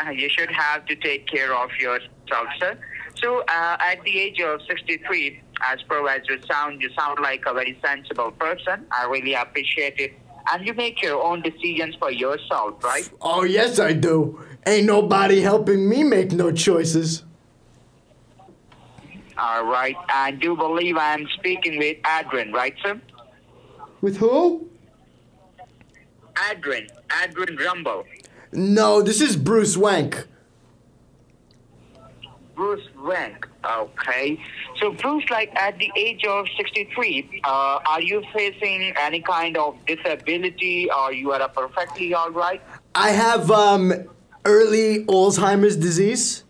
Speaker 6: ta- <laughs> you should have to take care of yourself, sir. So, uh, at the age of 63, as far as you sound, you sound like a very sensible person. I really appreciate it. And you make your own decisions for yourself, right?
Speaker 1: Oh, yes, I do. Ain't nobody helping me make no choices.
Speaker 6: All right. I do believe I'm speaking with Adrian, right, sir?
Speaker 1: With who?
Speaker 6: Adrian. Adrian Rumble.
Speaker 1: No, this is Bruce Wank.
Speaker 6: Bruce Wank. Okay. So, Bruce, like at the age of 63, uh, are you facing any kind of disability or you are perfectly all right?
Speaker 1: I have um early Alzheimer's disease.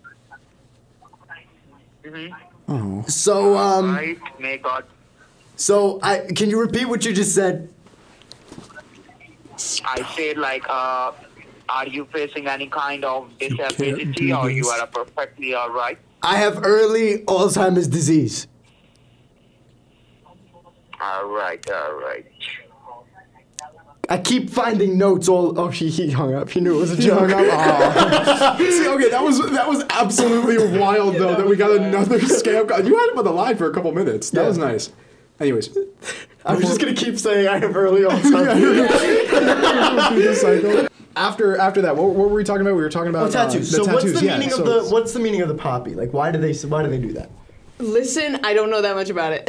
Speaker 7: Oh.
Speaker 1: So um
Speaker 6: right. May God.
Speaker 1: so I can you repeat what you just said?
Speaker 6: I say, like, uh, are you facing any kind of
Speaker 3: can't
Speaker 6: disability
Speaker 3: do
Speaker 6: or you
Speaker 3: this.
Speaker 6: are perfectly all right?
Speaker 1: I have early Alzheimer's disease.
Speaker 6: All right. All right.
Speaker 1: I keep finding notes all oh <laughs> he, he hung up. He knew it was a joke. <laughs>
Speaker 3: <laughs> See, okay, that was that was absolutely wild though that we got another scam call. You had him on the line for a couple minutes. That
Speaker 1: Yeah.
Speaker 3: was nice. Anyways,
Speaker 1: I'm just gonna keep saying I have early
Speaker 3: <laughs>
Speaker 1: Alzheimer's. <laughs>
Speaker 7: After after that, what, what were we talking about? We were talking about
Speaker 1: Oh, tattoos.
Speaker 7: Uh, the
Speaker 1: so
Speaker 7: tattoos.
Speaker 1: what's the
Speaker 7: yeah,
Speaker 1: meaning
Speaker 7: so
Speaker 1: of the what's the meaning of the poppy? Like why do they why do they do that?
Speaker 2: Listen, I don't know that much about it.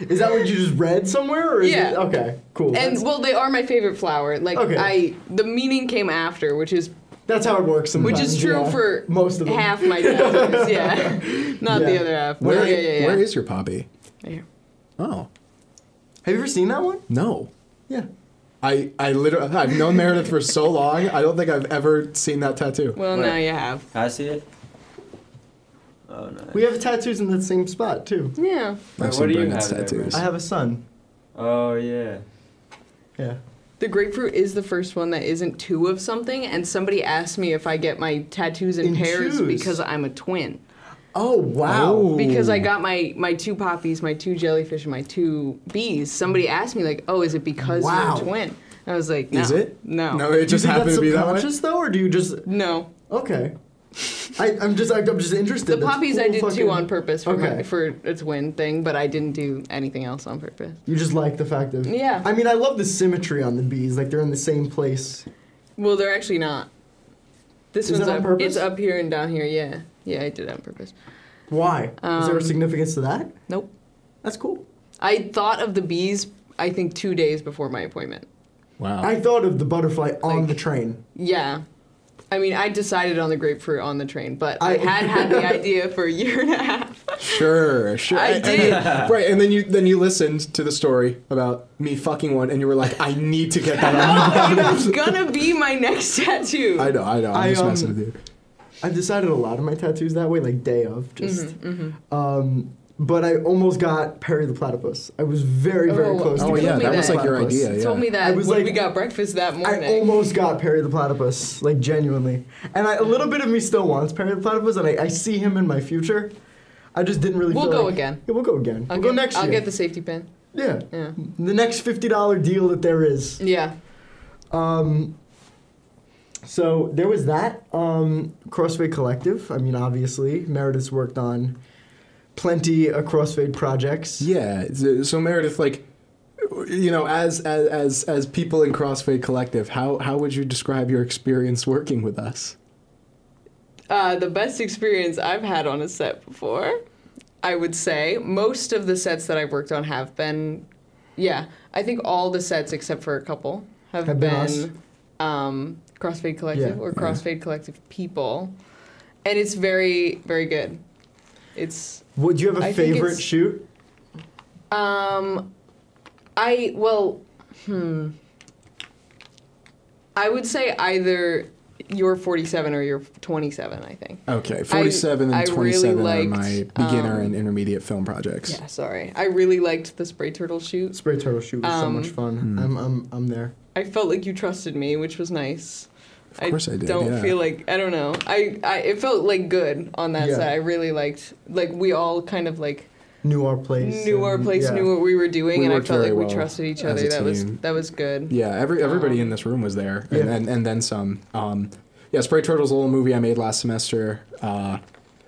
Speaker 1: Is that what you just read somewhere or is
Speaker 2: Yeah.
Speaker 1: it okay, cool.
Speaker 2: <laughs> and
Speaker 1: that's,
Speaker 2: well, they are my favorite flower. Like
Speaker 1: Okay.
Speaker 2: I, the meaning came after, which is
Speaker 1: that's how it works sometimes.
Speaker 2: which is true
Speaker 1: yeah.
Speaker 2: for
Speaker 1: most of them.
Speaker 2: half my <laughs> tattoos.
Speaker 1: <laughs>
Speaker 2: yeah, <laughs> not the
Speaker 1: Yeah.
Speaker 2: other half. but
Speaker 3: where,
Speaker 2: yeah, yeah, yeah.
Speaker 3: where is your poppy?
Speaker 2: Here.
Speaker 3: Oh
Speaker 1: Have you ever seen that one?
Speaker 3: no,
Speaker 1: Yeah.
Speaker 3: I I literally I've known Meredith for so long. I don't think I've ever seen that tattoo.
Speaker 2: Well,
Speaker 4: Where?
Speaker 2: now you have.
Speaker 4: Can I see it? Oh, nice.
Speaker 1: We have tattoos in that same spot too.
Speaker 2: Yeah,
Speaker 3: I have
Speaker 4: Wait,
Speaker 3: some
Speaker 4: what do you
Speaker 3: Brandon's
Speaker 4: have there,
Speaker 3: tattoos.
Speaker 1: I have a son.
Speaker 4: oh, yeah.
Speaker 1: Yeah.
Speaker 2: the grapefruit is the first one that isn't two of something. And somebody asked me if I get my tattoos in,
Speaker 1: In
Speaker 2: pairs
Speaker 1: twos.
Speaker 2: because I'm a twin.
Speaker 1: Oh wow.
Speaker 3: Oh.
Speaker 2: because I got my my two poppies, my two jellyfish, and my two bees. Somebody asked me like, "Oh, is it because
Speaker 1: Wow.
Speaker 2: you're a twin?" I was like, no,
Speaker 3: Is it?
Speaker 2: No,
Speaker 3: No, it
Speaker 1: Do you
Speaker 3: just
Speaker 1: think
Speaker 3: happened
Speaker 1: that's
Speaker 3: to be that way.
Speaker 1: subconscious though, or do you just
Speaker 2: no."
Speaker 1: okay? I, I'm just I, am just interested.
Speaker 2: The
Speaker 1: That's
Speaker 2: poppies I
Speaker 1: cool
Speaker 2: did
Speaker 1: fucking-
Speaker 2: two on purpose for
Speaker 1: okay.
Speaker 2: my, for a twin thing, but I didn't do anything else on purpose.
Speaker 1: You just like the fact of
Speaker 2: Yeah.
Speaker 1: I mean, I love the symmetry on the bees. Like they're in the same place.
Speaker 2: Well, they're actually not. This
Speaker 1: Is
Speaker 2: one's
Speaker 1: that on
Speaker 2: up.
Speaker 1: purpose?
Speaker 2: It's up here and down here. Yeah, yeah, I did it on purpose.
Speaker 1: Why? Is there a
Speaker 2: Um,
Speaker 1: significance to that?
Speaker 2: Nope.
Speaker 1: That's cool.
Speaker 2: I thought of the bees. I think two days before my appointment.
Speaker 3: Wow.
Speaker 1: I thought of the butterfly on
Speaker 2: Like-
Speaker 1: the train.
Speaker 2: Yeah. I mean, I decided on the grapefruit on the train, but I,
Speaker 1: I-
Speaker 2: had
Speaker 1: <laughs>
Speaker 2: had the idea for a year and a half.
Speaker 3: Sure, sure.
Speaker 2: I
Speaker 3: And- and
Speaker 2: did.
Speaker 3: then- right, and then you then you listened to the story about me fucking one, and you were like, "I need to get that on."
Speaker 2: <laughs> It was gonna be my next tattoo.
Speaker 3: I know, I know. I'm
Speaker 1: I,
Speaker 3: just
Speaker 1: um,
Speaker 3: messing with you.
Speaker 1: I've decided a lot of my tattoos that way, like day of, just.
Speaker 2: Mm-hmm,
Speaker 1: Um, but I almost got Perry the Platypus. I was very, very
Speaker 2: Oh,
Speaker 1: close to
Speaker 2: oh, yeah,
Speaker 1: getting
Speaker 2: that
Speaker 1: Perry
Speaker 2: was,
Speaker 1: the
Speaker 2: like,
Speaker 3: your
Speaker 1: Platypus.
Speaker 3: idea.
Speaker 2: You
Speaker 3: Yeah.
Speaker 2: told me that
Speaker 1: I was
Speaker 2: when
Speaker 1: like-
Speaker 2: we got breakfast that morning.
Speaker 1: I almost got Perry the Platypus, like genuinely. And I, a little bit of me still wants Perry the Platypus, and I, I see him in my future. I just didn't really.
Speaker 2: We'll
Speaker 1: feel
Speaker 2: go
Speaker 1: like-
Speaker 2: again.
Speaker 1: Yeah, we'll go again.
Speaker 2: I'll
Speaker 1: we'll go
Speaker 2: get,
Speaker 1: next
Speaker 2: I'll
Speaker 1: year.
Speaker 2: get the safety pin.
Speaker 1: yeah.
Speaker 2: Yeah.
Speaker 1: the next fifty dollar deal that there is.
Speaker 2: Yeah.
Speaker 1: Um, so there was that um, Crossfade Collective. I mean, obviously Meredith's worked on plenty of Crossfade projects.
Speaker 3: Yeah. So, so Meredith, like, you know, as as as, as people in CrossFade Collective, how how would you describe your experience working with us?
Speaker 2: Uh, the best experience I've had on a set before, I would say. Most of the sets that I've worked on have been, yeah, I think all the sets except for a couple have,
Speaker 1: Have been us.
Speaker 2: been, um, CrossFade Collective
Speaker 1: Yeah.
Speaker 2: or CrossFade Collective people. And it's very, very good. It's
Speaker 1: Would you have a
Speaker 2: I think
Speaker 1: favorite
Speaker 2: it's-
Speaker 1: shoot?
Speaker 2: Um, I well, hmm. I would say either you're 47 or you're 27. I think.
Speaker 3: Okay, forty-seven
Speaker 2: I
Speaker 3: and
Speaker 2: really
Speaker 3: twenty-seven
Speaker 2: liked, um,
Speaker 3: are my beginner and intermediate film projects.
Speaker 2: Yeah, sorry. I really liked the spray turtle shoot.
Speaker 1: Spray turtle shoot was so
Speaker 2: Um,
Speaker 1: much fun. I'm I'm I'm there.
Speaker 2: I felt like you trusted me, which was nice. Of
Speaker 3: course I did,
Speaker 2: don't
Speaker 3: yeah.
Speaker 2: feel like I don't know. I, I it felt like good on that
Speaker 1: Yeah.
Speaker 2: side. I really liked like we all kind of like
Speaker 1: Knew our place.
Speaker 2: knew our
Speaker 1: and-
Speaker 2: place,
Speaker 1: yeah.
Speaker 2: knew what we were doing,
Speaker 3: We
Speaker 2: and I
Speaker 3: worked
Speaker 2: felt
Speaker 3: very
Speaker 2: like
Speaker 3: well
Speaker 2: we trusted each
Speaker 3: as
Speaker 2: other.
Speaker 3: a
Speaker 2: That was
Speaker 3: team.
Speaker 2: that was good.
Speaker 3: Yeah, every
Speaker 2: Um,
Speaker 3: everybody in this room was there, and,
Speaker 1: Yeah.
Speaker 3: and and then some. Um, yeah, Spray Turtles, a little movie I made last semester. Uh,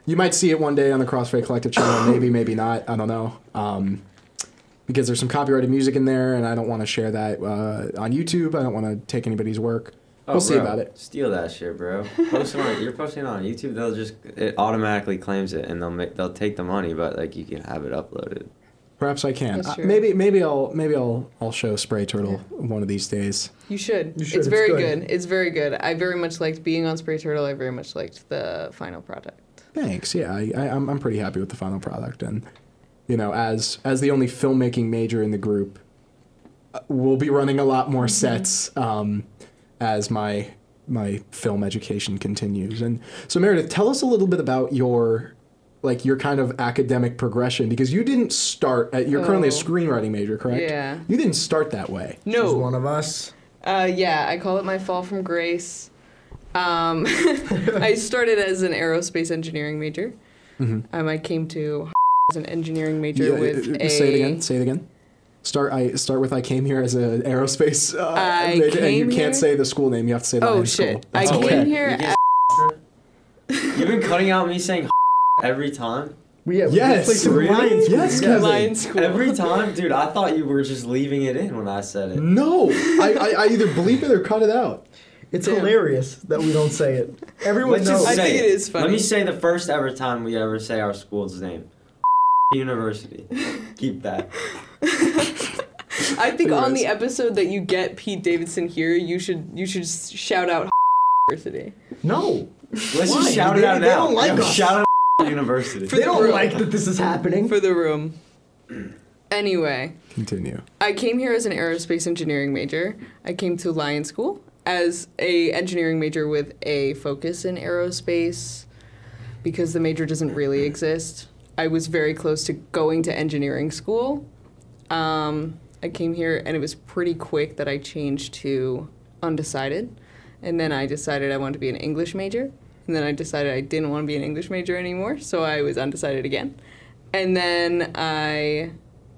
Speaker 3: you might see it one day on the CrossFit Collective
Speaker 2: <coughs>
Speaker 3: channel, maybe, maybe not. I don't know. Um, because there's some copyrighted music in there, and I don't want to share that uh, on YouTube. I don't want to take anybody's work.
Speaker 4: Oh,
Speaker 3: we'll see
Speaker 4: bro,
Speaker 3: about it.
Speaker 4: Steal that shit,
Speaker 1: <laughs>
Speaker 4: bro. Post it on, you're posting it on YouTube. They'll just it automatically claims it, and they'll make they'll take the money, but like you can have it uploaded.
Speaker 3: Perhaps I can.
Speaker 2: That's
Speaker 3: Uh,
Speaker 2: true.
Speaker 3: maybe, maybe I'll, maybe I'll, I'll show Spray Turtle one of these days.
Speaker 2: You should.
Speaker 1: You should.
Speaker 2: It's
Speaker 1: It's
Speaker 2: very
Speaker 1: good.
Speaker 2: good. It's very good. I very much liked being on Spray Turtle. I very much liked the final product.
Speaker 3: Thanks. Yeah, I, I, I'm I'm pretty happy with the final product, and you know, as as the only filmmaking major in the group, uh, we'll be running a lot
Speaker 2: Mm-hmm.
Speaker 3: more sets um, as my my film education continues. And so, Meredith, tell us a little bit about your like your kind of academic progression because you didn't start at you're currently a
Speaker 2: Oh.
Speaker 3: screenwriting major, correct?
Speaker 2: Yeah.
Speaker 3: You didn't start that way.
Speaker 1: She's
Speaker 2: No.
Speaker 1: one of us.
Speaker 2: Uh, yeah, I call it my fall from grace. Um, <laughs> I started as an aerospace engineering major. Um, I came to <laughs> as an engineering major
Speaker 3: Mm-hmm. Yeah,
Speaker 2: with
Speaker 3: uh, uh,
Speaker 2: a.
Speaker 3: say it again. Say it again. Start. I start with. I came here as an aerospace uh,
Speaker 2: I
Speaker 3: major, and you
Speaker 2: came
Speaker 3: can't
Speaker 2: here-
Speaker 3: say the school name. You have to say the
Speaker 2: Oh
Speaker 3: name
Speaker 2: shit!
Speaker 3: school.
Speaker 2: I
Speaker 3: That's
Speaker 2: came
Speaker 3: okay.
Speaker 2: here.
Speaker 4: You
Speaker 2: At,
Speaker 4: <laughs> You've been cutting out me saying <laughs> every time.
Speaker 1: We have
Speaker 3: Yes,
Speaker 1: we played the
Speaker 3: really?
Speaker 1: Lions.
Speaker 3: Yes,
Speaker 1: together.
Speaker 3: Kevin.
Speaker 2: Lions School.
Speaker 4: Every time, dude. I thought you were just leaving it in when I said it.
Speaker 3: No, I, I, I either bleep it or cut it out.
Speaker 1: It's
Speaker 2: Damn.
Speaker 1: hilarious that we don't say it. Everyone
Speaker 4: Let's
Speaker 1: knows.
Speaker 4: just
Speaker 2: I
Speaker 4: say
Speaker 2: think it is funny.
Speaker 4: Let me say the first ever time we ever say our school's name. <laughs> University. Keep that.
Speaker 2: I think on
Speaker 3: Anyways.
Speaker 2: the episode that you get Pete Davidson here, you should you should s- shout out <laughs> University.
Speaker 1: no,
Speaker 4: Let's
Speaker 1: Why?
Speaker 4: just shout
Speaker 1: They-
Speaker 4: it out
Speaker 1: they
Speaker 4: now.
Speaker 1: don't like
Speaker 4: Yeah,
Speaker 1: us.
Speaker 4: Shout out <laughs> University.
Speaker 1: they don't
Speaker 2: real.
Speaker 1: like that this is happening.
Speaker 2: for the room. <clears throat> Anyway,
Speaker 3: Continue.
Speaker 2: I came here as an aerospace engineering major. I came to Lyon School as a engineering major with a focus in aerospace because the major doesn't really exist. I was very close to going to engineering school. Um, I came here and it was pretty quick that I changed to undecided. And then I decided I wanted to be an English major. And then I decided I didn't want to be an English major anymore, so I was undecided again. And then I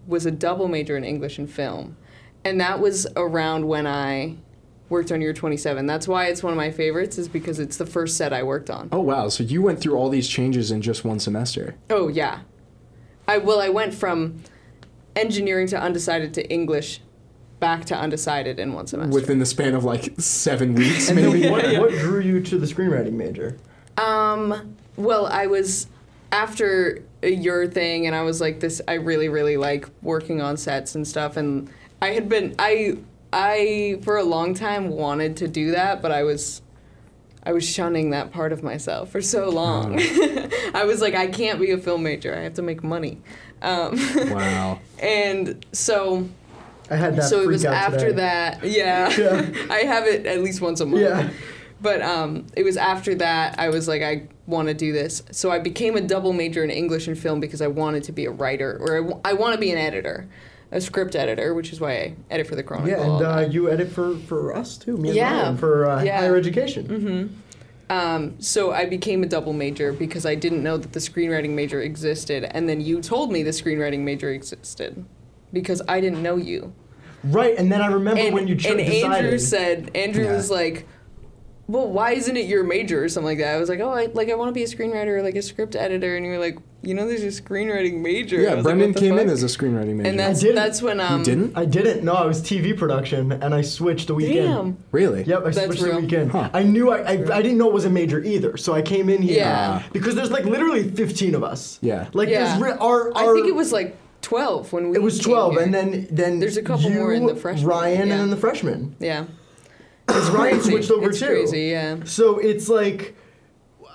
Speaker 2: was a double major in English and film. And that was around when I worked on Year 27. That's why it's one of my favorites, is because it's the first set I worked on.
Speaker 3: Oh wow, so you went through all these changes in just one semester.
Speaker 2: Oh yeah, I well I went from engineering to undecided to English, back to undecided in one semester.
Speaker 3: Within the span of like seven weeks,
Speaker 2: <laughs>
Speaker 1: And
Speaker 3: maybe.
Speaker 1: then what, what drew you to the screenwriting major?
Speaker 2: um, well I was after your thing and I was like this I really really like working on sets and stuff and I had been I I for a long time wanted to do that but I was I was shunning that part of myself for so long. <laughs> I was like I can't be a film major. I have to make money. Um, <laughs>
Speaker 3: Wow.
Speaker 2: and so
Speaker 1: I had that.
Speaker 2: so it
Speaker 1: freak
Speaker 2: was
Speaker 1: out
Speaker 2: after
Speaker 1: today.
Speaker 2: that yeah,
Speaker 1: Yeah.
Speaker 2: <laughs> i have it at least once a month
Speaker 1: Yeah.
Speaker 2: but um, it was after that i was like i want to do this so i became a double major in english and film because i wanted to be a writer or I want to be an editor a script editor which is why i edit for the chronicle
Speaker 1: Yeah, and uh, you edit for, for us too, me and
Speaker 2: Yeah.
Speaker 1: Ryan, for uh,
Speaker 2: Yeah.
Speaker 1: higher education. Mm-hmm.
Speaker 2: Um, so i became a double major because i didn't know that the screenwriting major existed and then you told me the screenwriting major existed because i didn't know you
Speaker 1: Right, and then I remember
Speaker 2: and,
Speaker 1: when you ch-
Speaker 2: and
Speaker 1: decided.
Speaker 2: Andrew said Andrew
Speaker 3: Yeah.
Speaker 2: was like, "Well, why isn't it your major or something like that?" I was like, "Oh, I like I want to be a screenwriter or like a script editor," and you were like, you know, there's a screenwriting major. I
Speaker 3: Yeah,
Speaker 2: was like,
Speaker 3: Brendan
Speaker 2: what the
Speaker 3: came in
Speaker 2: fuck?
Speaker 3: as a screenwriting major.
Speaker 2: And that's
Speaker 1: didn't.
Speaker 2: that's when um.
Speaker 3: you didn't?
Speaker 1: I didn't. No, I was TV production, and I switched the weekend.
Speaker 2: Damn.
Speaker 3: Really?
Speaker 1: Yep, I
Speaker 2: That's
Speaker 1: switched
Speaker 2: real.
Speaker 1: the weekend. I knew I, I I didn't know it was a major either, so I came in here
Speaker 2: Yeah.
Speaker 1: because there's like literally 15 of us.
Speaker 3: Ah. Yeah.
Speaker 1: like
Speaker 2: Yeah.
Speaker 1: there's re- our,
Speaker 2: I
Speaker 1: our-
Speaker 2: think it was like 12 when we.
Speaker 1: it was
Speaker 2: came
Speaker 1: 12,
Speaker 2: here.
Speaker 1: and then then
Speaker 2: There's a couple
Speaker 1: you,
Speaker 2: more in the freshman,
Speaker 1: Ryan,
Speaker 2: yeah.
Speaker 1: and then the freshman.
Speaker 2: Yeah.
Speaker 1: Because <coughs> Ryan switched over
Speaker 2: it's
Speaker 1: too.
Speaker 2: crazy, yeah.
Speaker 1: So it's like.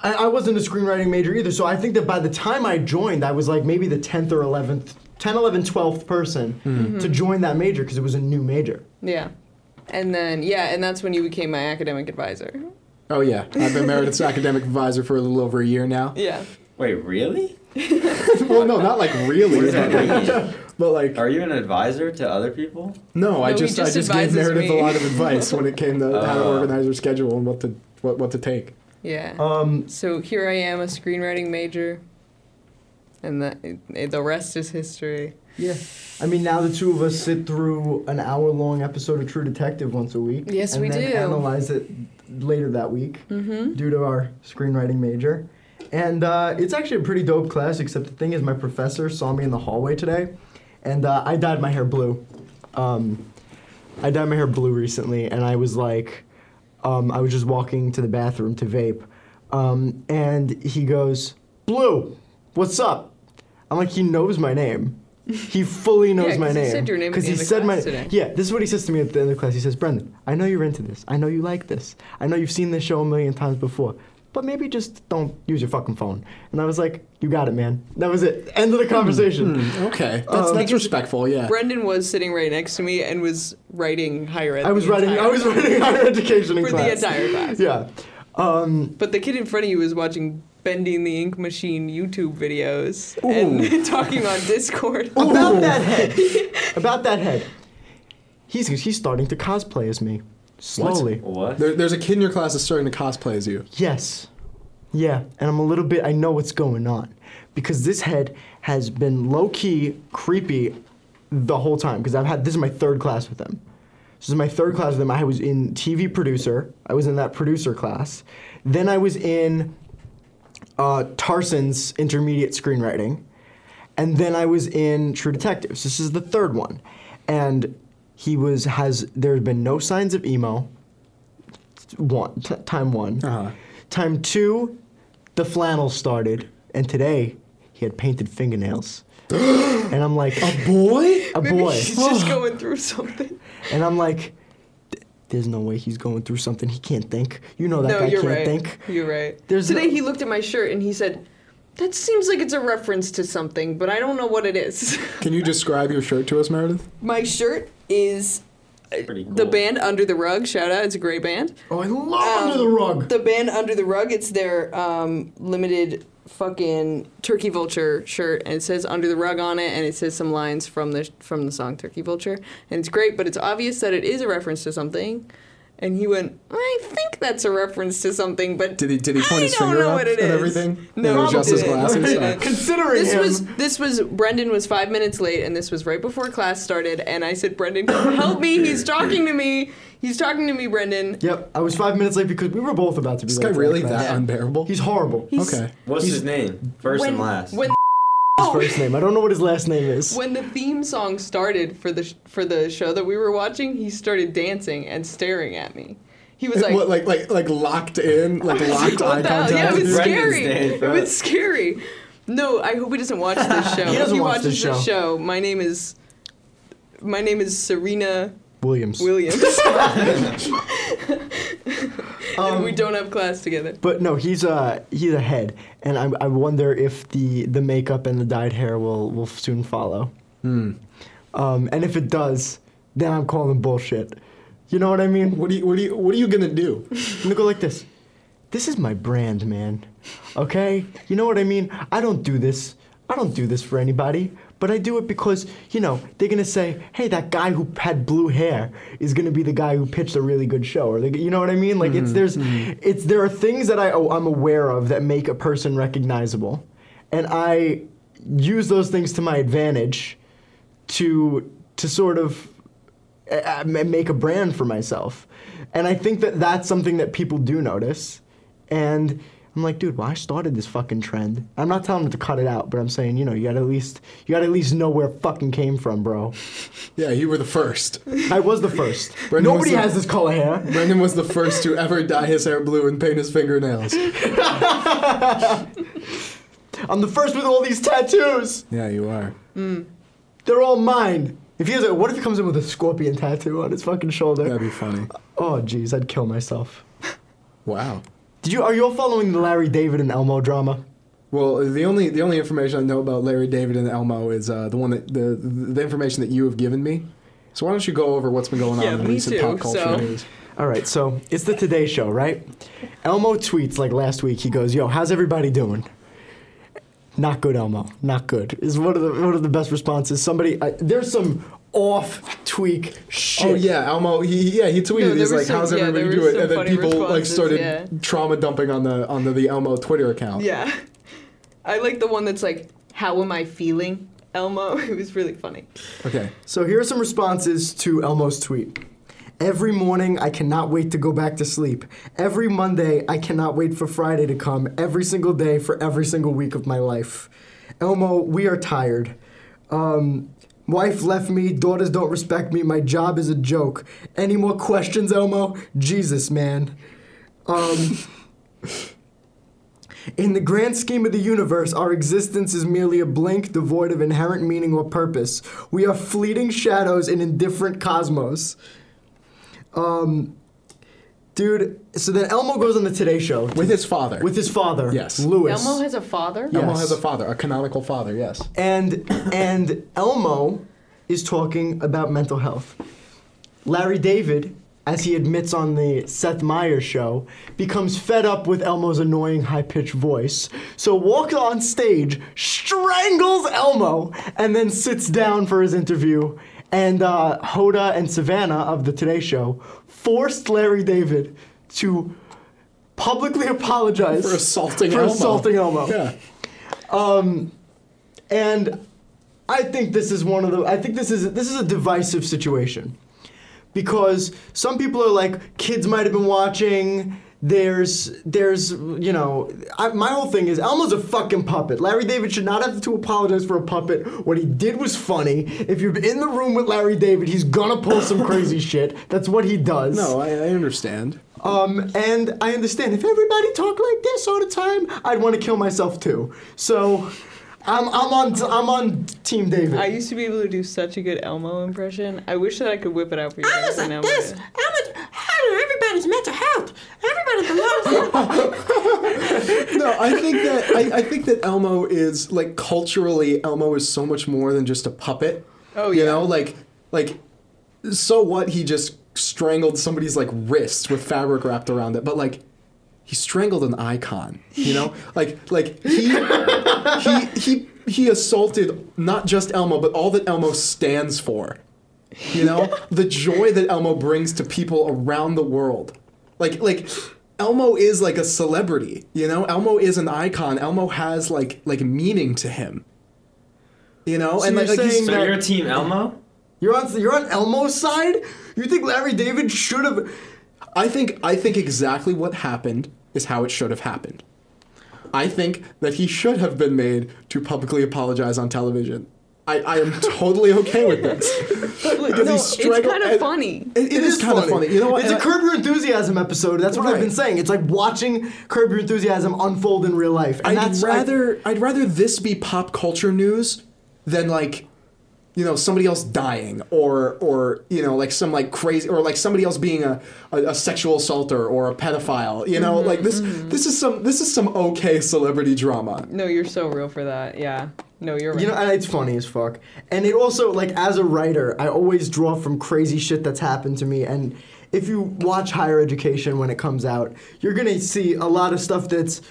Speaker 1: I I wasn't a screenwriting major either, so I think that by the time I joined, I was like maybe the 10th or 11th, 10, 11, 12th person to join that major because it was a new major.
Speaker 2: Yeah. And then, yeah, and that's when you became my academic advisor.
Speaker 3: Oh yeah, I've been Meredith's academic advisor for a little over a year now.
Speaker 2: <laughs> Yeah.
Speaker 4: Wait, really?
Speaker 3: well, no, not like really,
Speaker 4: What does that
Speaker 3: but like,
Speaker 4: mean?
Speaker 3: but like
Speaker 4: Are you an advisor to other people?
Speaker 3: no, I
Speaker 2: No, he
Speaker 3: just,
Speaker 2: just
Speaker 3: I just gave
Speaker 2: advises
Speaker 3: Meredith
Speaker 2: me.
Speaker 3: a lot of
Speaker 2: <laughs>
Speaker 3: advice when it came to how to
Speaker 4: Uh.
Speaker 3: organize her schedule and what to what, what to take.
Speaker 2: Yeah.
Speaker 1: Um,
Speaker 2: so here I am, a screenwriting major. And the, the rest is history.
Speaker 1: Yeah. I mean, now the two of us sit through an hour long episode of True Detective once a week.
Speaker 2: Yes,
Speaker 1: and
Speaker 2: we
Speaker 1: then
Speaker 2: do. Mm-hmm.
Speaker 1: analyze it later that week due to our screenwriting major. And uh, it's actually a pretty dope class, except the thing is, my professor saw me in the hallway today, and uh, I dyed my hair blue. Um, I dyed my hair blue recently, and I was like, um, I was just walking to the bathroom to vape, um, and he goes, "Blue, what's up?" I'm like, he knows my name. He
Speaker 2: <laughs>
Speaker 1: fully knows
Speaker 2: Yeah,
Speaker 1: my
Speaker 2: 'cause he
Speaker 1: name.
Speaker 2: said your name at the
Speaker 1: he
Speaker 2: end of
Speaker 1: said
Speaker 2: class
Speaker 1: my
Speaker 2: today.
Speaker 1: yeah. This is what he says to me at the end of class. He says, "Brendan, I know you're into this. I know you like this. I know you've seen this show a million times before." But maybe just don't use your fucking phone. And I was like, "You got it, man." That was it. End of the conversation.
Speaker 3: Hmm,
Speaker 1: Um,
Speaker 3: Okay, that's, that's respectful. Yeah.
Speaker 2: Um, Brendan was sitting right next to me and was writing higher ed.
Speaker 1: I was
Speaker 2: the
Speaker 1: writing. I
Speaker 2: entire-
Speaker 1: was writing higher education in
Speaker 2: For the
Speaker 1: class.
Speaker 2: entire class.
Speaker 1: Yeah. Um,
Speaker 2: But the kid in front of you was watching Bending the Ink Machine YouTube videos and <laughs> talking on Discord.
Speaker 1: about that
Speaker 2: <laughs>
Speaker 1: head. about that head. He's he's starting to cosplay as me. Slowly.
Speaker 4: What?
Speaker 3: There, there's a kid in your class that's starting to cosplay as you.
Speaker 1: Yes. Yeah, and I'm a little bit, I know what's going on. Because this head has been low key creepy the whole time. Because I've had, this is my third class with them. This is my third class with them. I was in TV producer, I was in that producer class. Then I was in uh, Tarson's intermediate screenwriting. And then I was in True Detectives. This is the third one. And he was, has, there's been no signs of emo one t- time one.
Speaker 3: Uh-huh.
Speaker 1: Time two, the flannel started, and today he had painted fingernails. and I'm like, a,
Speaker 3: Boy.
Speaker 1: a
Speaker 2: Maybe
Speaker 1: boy, <gasps>
Speaker 2: she's just going through something.
Speaker 1: and I'm like, "Th- there's no way he's going through something he can't think. You know that
Speaker 2: No,
Speaker 1: guy
Speaker 2: you're
Speaker 1: can't
Speaker 2: right.
Speaker 1: think.
Speaker 2: You're right.
Speaker 1: There's
Speaker 2: Today
Speaker 1: no-
Speaker 2: he looked at my shirt and he said, "That seems like it's a reference to something, but I don't know what it is." <laughs>
Speaker 3: Can you describe your shirt to us, Meredith?
Speaker 2: my shirt is uh,
Speaker 4: Pretty cool.
Speaker 2: the band Under the Rug. Shout out! It's a great band.
Speaker 1: Oh, I love
Speaker 2: Um,
Speaker 1: under the rug.
Speaker 2: The band Under the Rug, it's their um, limited fucking Turkey Vulture shirt, and it says Under the Rug on it, and it says some lines from the from the song Turkey Vulture, and it's great, but it's obvious that it is a reference to something. And he went, I think that's a reference to something, but
Speaker 3: Did he did he point
Speaker 2: I
Speaker 3: his
Speaker 2: don't
Speaker 3: finger
Speaker 2: know
Speaker 3: up
Speaker 2: what it
Speaker 3: and
Speaker 2: is.
Speaker 3: everything?
Speaker 2: No,
Speaker 3: and adjust his
Speaker 2: he didn't.
Speaker 3: glass and
Speaker 2: He
Speaker 3: stuff.
Speaker 2: didn't.
Speaker 1: Considering
Speaker 2: This
Speaker 1: him,
Speaker 2: was this was Brendan was five minutes late, and this was right before class started. And I said, Brendan, help me! He's talking to me. He's talking to me, Brendan.
Speaker 1: yep, I was five minutes late because we were both about to be
Speaker 3: This
Speaker 1: late.
Speaker 3: guy
Speaker 1: for
Speaker 3: really
Speaker 1: class.
Speaker 3: that unbearable?
Speaker 1: He's horrible.
Speaker 2: He's-
Speaker 3: okay.
Speaker 4: What's his name? First and last.
Speaker 2: When
Speaker 1: First name, I don't know what his last name is.
Speaker 2: when the theme song started for the sh- for the show that we were watching, he started dancing and staring at me. <laughs> He was like,
Speaker 3: what, like like like locked in, like locked eye
Speaker 2: <laughs> "What the hell?"
Speaker 3: contact.
Speaker 2: Yeah, it
Speaker 4: Brendan's
Speaker 2: was scary.
Speaker 4: dance,
Speaker 2: It
Speaker 4: bro.
Speaker 2: was scary. No, I hope he doesn't watch this show.
Speaker 1: He
Speaker 2: if
Speaker 1: doesn't
Speaker 2: he
Speaker 1: watch
Speaker 2: watches
Speaker 1: this show.
Speaker 2: My name is my name is Serena
Speaker 1: Williams.
Speaker 2: Williams.
Speaker 3: <laughs>
Speaker 2: <laughs> and
Speaker 3: Um,
Speaker 2: we don't have class together.
Speaker 1: But no, he's a he's a head, and I, I wonder if the the makeup and the dyed hair will will soon follow.
Speaker 3: Hmm.
Speaker 1: Um, and if it does, then I'm calling bullshit. You know what I mean?
Speaker 3: What do you what do you what are you gonna do?
Speaker 1: I'm gonna go like this. This is my brand, man. Okay? You know what I mean? I don't do this. I don't do this for anybody. But I do it because, you know, they're gonna say, hey, that guy who had blue hair is gonna be the guy who pitched a really good show. Or, like, you know what I mean? Like,
Speaker 3: Mm-hmm.
Speaker 1: it's there's, it's there are things that I oh, I'm aware of that make a person recognizable, and I use those things to my advantage, to to sort of uh, m- make a brand for myself. And I think that that's something that people do notice. And I'm like, dude, well, I started this fucking trend. I'm not telling them to cut it out, but I'm saying, you know, you gotta at least, you gotta at least know where it fucking came from, bro.
Speaker 3: Yeah, you were the first.
Speaker 1: I was the first.
Speaker 3: Brendan was
Speaker 1: Nobody
Speaker 3: the-
Speaker 1: has this color hair.
Speaker 3: Brendan was the first to ever dye his hair blue and paint his fingernails.
Speaker 1: I'm the first with all these tattoos.
Speaker 3: Yeah, you are.
Speaker 1: They're all mine. If he has a, what if he comes in with a scorpion tattoo on his fucking shoulder?
Speaker 3: That'd be funny.
Speaker 1: Oh, jeez, I'd kill myself.
Speaker 3: Wow.
Speaker 1: Did you, are you all following the Larry David and Elmo drama?
Speaker 3: Well, the only the only information I know about Larry David and Elmo is uh, the one that the the information that you have given me. So why don't you go over what's been going
Speaker 2: Yeah,
Speaker 3: on in
Speaker 2: me
Speaker 3: recent
Speaker 2: too,
Speaker 3: pop culture
Speaker 2: so-
Speaker 3: news?
Speaker 1: All right, so it's the Today Show, right? Elmo tweets like last week. He goes, "Yo, how's everybody doing?" Not good, Elmo. Not good is one of the one of the best responses. Somebody, I, there's some off tweak shit.
Speaker 3: Oh yeah, Elmo. He, yeah, he tweeted.
Speaker 2: No, there
Speaker 3: he's
Speaker 2: were
Speaker 3: like,
Speaker 2: some-
Speaker 3: "How's
Speaker 2: yeah,
Speaker 3: everybody
Speaker 2: there were
Speaker 3: doing?"
Speaker 2: some
Speaker 3: And then
Speaker 2: funny
Speaker 3: people like
Speaker 2: responses,
Speaker 3: started
Speaker 2: yeah.
Speaker 3: trauma dumping on the on the, the Elmo Twitter account.
Speaker 2: Yeah. I like the one that's like, how am I feeling, Elmo? <laughs> It was really funny.
Speaker 3: Okay.
Speaker 1: So here are some responses to Elmo's tweet. Every morning, I cannot wait to go back to sleep. Every Monday, I cannot wait for Friday to come. Every single day for every single week of my life. Elmo, we are tired. Um, wife left me, daughters don't respect me, my job is a joke. Any more questions, Elmo? Jesus, man. Um, <laughs> in the grand scheme of the universe, our existence is merely a blink devoid of inherent meaning or purpose. We are fleeting shadows in indifferent cosmos. Um, dude, so then Elmo goes on the Today Show
Speaker 3: With his father.
Speaker 1: with his father,
Speaker 3: Yes.
Speaker 1: Lewis.
Speaker 2: Elmo has a father?
Speaker 3: Elmo
Speaker 1: Yes.
Speaker 3: has a father, a canonical father. Yes.
Speaker 1: and and Elmo is talking about mental health. Larry David, as he admits on the Seth Meyers show, becomes fed up with Elmo's annoying high-pitched voice, so walks on stage, strangles Elmo, and then sits down for his interview. And uh, Hoda and Savannah of the Today Show forced Larry David to publicly apologize
Speaker 3: For assaulting
Speaker 1: for
Speaker 3: Elmo.
Speaker 1: assaulting Elmo. Um,
Speaker 3: Yeah.
Speaker 1: And I think this is one of the I think this is this is a divisive situation. Because some people are like kids might have been watching there's there's you know I, my whole thing is Elmo's a fucking puppet. Larry David should not have to apologize for a puppet. What he did was funny. If you're in the room with Larry David, he's gonna pull some
Speaker 3: <coughs>
Speaker 1: crazy shit. That's what he does.
Speaker 3: No, I, I understand.
Speaker 1: Um, and I understand if everybody talked like this all the time, I'd want to kill myself too. So, I'm I'm on I'm on Team David.
Speaker 2: I used to be able to do such a good Elmo impression. I wish that I could whip it out for you. guys right now, but-
Speaker 3: <laughs> <laughs> No, I think that I, I think that Elmo is like culturally, Elmo is so much more than just a puppet.
Speaker 2: Oh,
Speaker 3: You
Speaker 2: yeah.
Speaker 3: know, like like so what he just strangled somebody's like wrist with fabric wrapped around it, but like he strangled an icon, you know?
Speaker 2: <laughs>
Speaker 3: like like he he he he assaulted not just Elmo, but all that Elmo stands for. You know, the joy that Elmo brings to people around the world. Like like Elmo is like a celebrity, you know? Elmo is an icon. Elmo has like like meaning to him. You know? and
Speaker 1: you're
Speaker 3: like, like he's-
Speaker 1: saying
Speaker 4: So
Speaker 1: that-
Speaker 4: you're Team Elmo?
Speaker 1: You're on you're on Elmo's side. You think Larry David should have?
Speaker 3: I think I think exactly what happened is how it should have happened. I think that he should have been made to publicly apologize on television. I, I am totally okay with
Speaker 1: <laughs>
Speaker 3: this. Because
Speaker 2: no,
Speaker 3: he
Speaker 2: it's
Speaker 3: strangled-
Speaker 2: kind of
Speaker 3: and-
Speaker 2: funny.
Speaker 3: It- it is, kind of funny. You know what?
Speaker 1: It's a
Speaker 3: And I-
Speaker 1: Curb Your Enthusiasm episode. That's what I've been
Speaker 3: Right.
Speaker 1: saying. It's like watching Curb Your Enthusiasm unfold in real life. And
Speaker 3: I'd
Speaker 1: that's I-
Speaker 3: rather I, would rather this be pop culture news than like you know somebody else dying or or you know like some like crazy or like somebody else being a, a, a sexual assaulter or a pedophile you know like this this is some this is some okay celebrity drama
Speaker 2: No, you're so real for that. Yeah. No, you're right.
Speaker 1: You know, and it's funny as fuck. And it also, like, as a writer, I always draw from crazy shit that's happened to me. And if you watch Higher Education when it comes out, you're gonna see a lot of stuff that's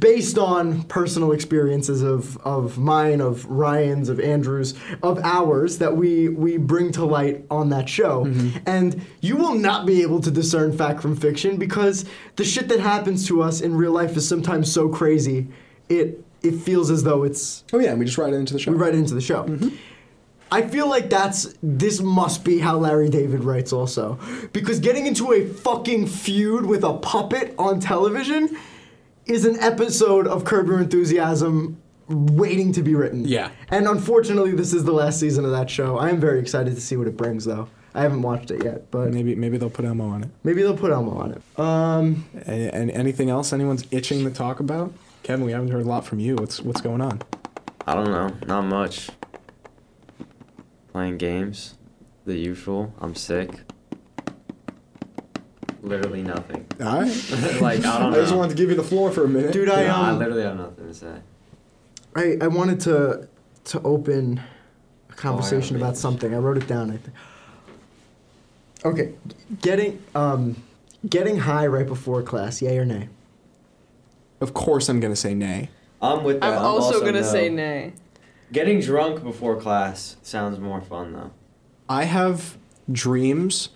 Speaker 1: based on personal experiences of, of mine, of Ryan's, of Andrew's, of ours that we we bring to light on that show.
Speaker 3: Mm-hmm.
Speaker 1: And you will not be able to discern fact from fiction because the shit that happens to us in real life is sometimes so crazy. It it feels as though it's
Speaker 3: oh yeah and we just write it into the show Mm-hmm.
Speaker 1: we write it into the show. I feel like that's this must be how Larry David writes also, because getting into a fucking feud with a puppet on television is an episode of Curb Your Enthusiasm waiting to be written.
Speaker 3: Yeah.
Speaker 1: And unfortunately, this is the last season of that show. I am very excited to see what it brings, though. I haven't watched it yet, but
Speaker 3: Maybe maybe they'll put Elmo on it.
Speaker 1: maybe they'll put Elmo on it. Um,
Speaker 3: A- And anything else anyone's itching to talk about? Kevin, we haven't heard a lot from you. What's what's going on?
Speaker 4: I don't know. Not much. Playing games, the usual. I'm sick. Literally nothing.
Speaker 3: All right. <laughs>
Speaker 4: like I don't
Speaker 3: I just
Speaker 4: know.
Speaker 3: wanted to give you the floor for a minute.
Speaker 1: dude, I
Speaker 4: Yeah, I
Speaker 1: um,
Speaker 4: literally have nothing to say.
Speaker 1: I, I wanted to to open
Speaker 3: Oh,
Speaker 1: a conversation
Speaker 4: yeah.
Speaker 1: about something. I wrote it down. I think. Okay, getting um, getting high right before class. Yay or nay?
Speaker 3: Of course, I'm gonna say nay.
Speaker 4: I'm with that.
Speaker 2: I'm also gonna
Speaker 4: no.
Speaker 2: say nay.
Speaker 4: Getting drunk before class sounds more fun though.
Speaker 3: I have dreams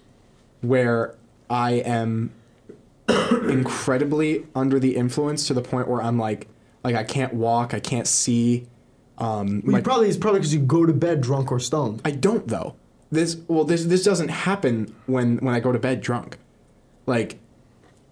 Speaker 3: where I am <coughs> incredibly under the influence to the point where I'm like, like I can't walk, I can't see. Um,
Speaker 1: Well,
Speaker 3: my-
Speaker 1: you probably it's probably because you go to bed drunk or stoned.
Speaker 3: I don't though. This well, this this doesn't happen when when I go to bed drunk. Like,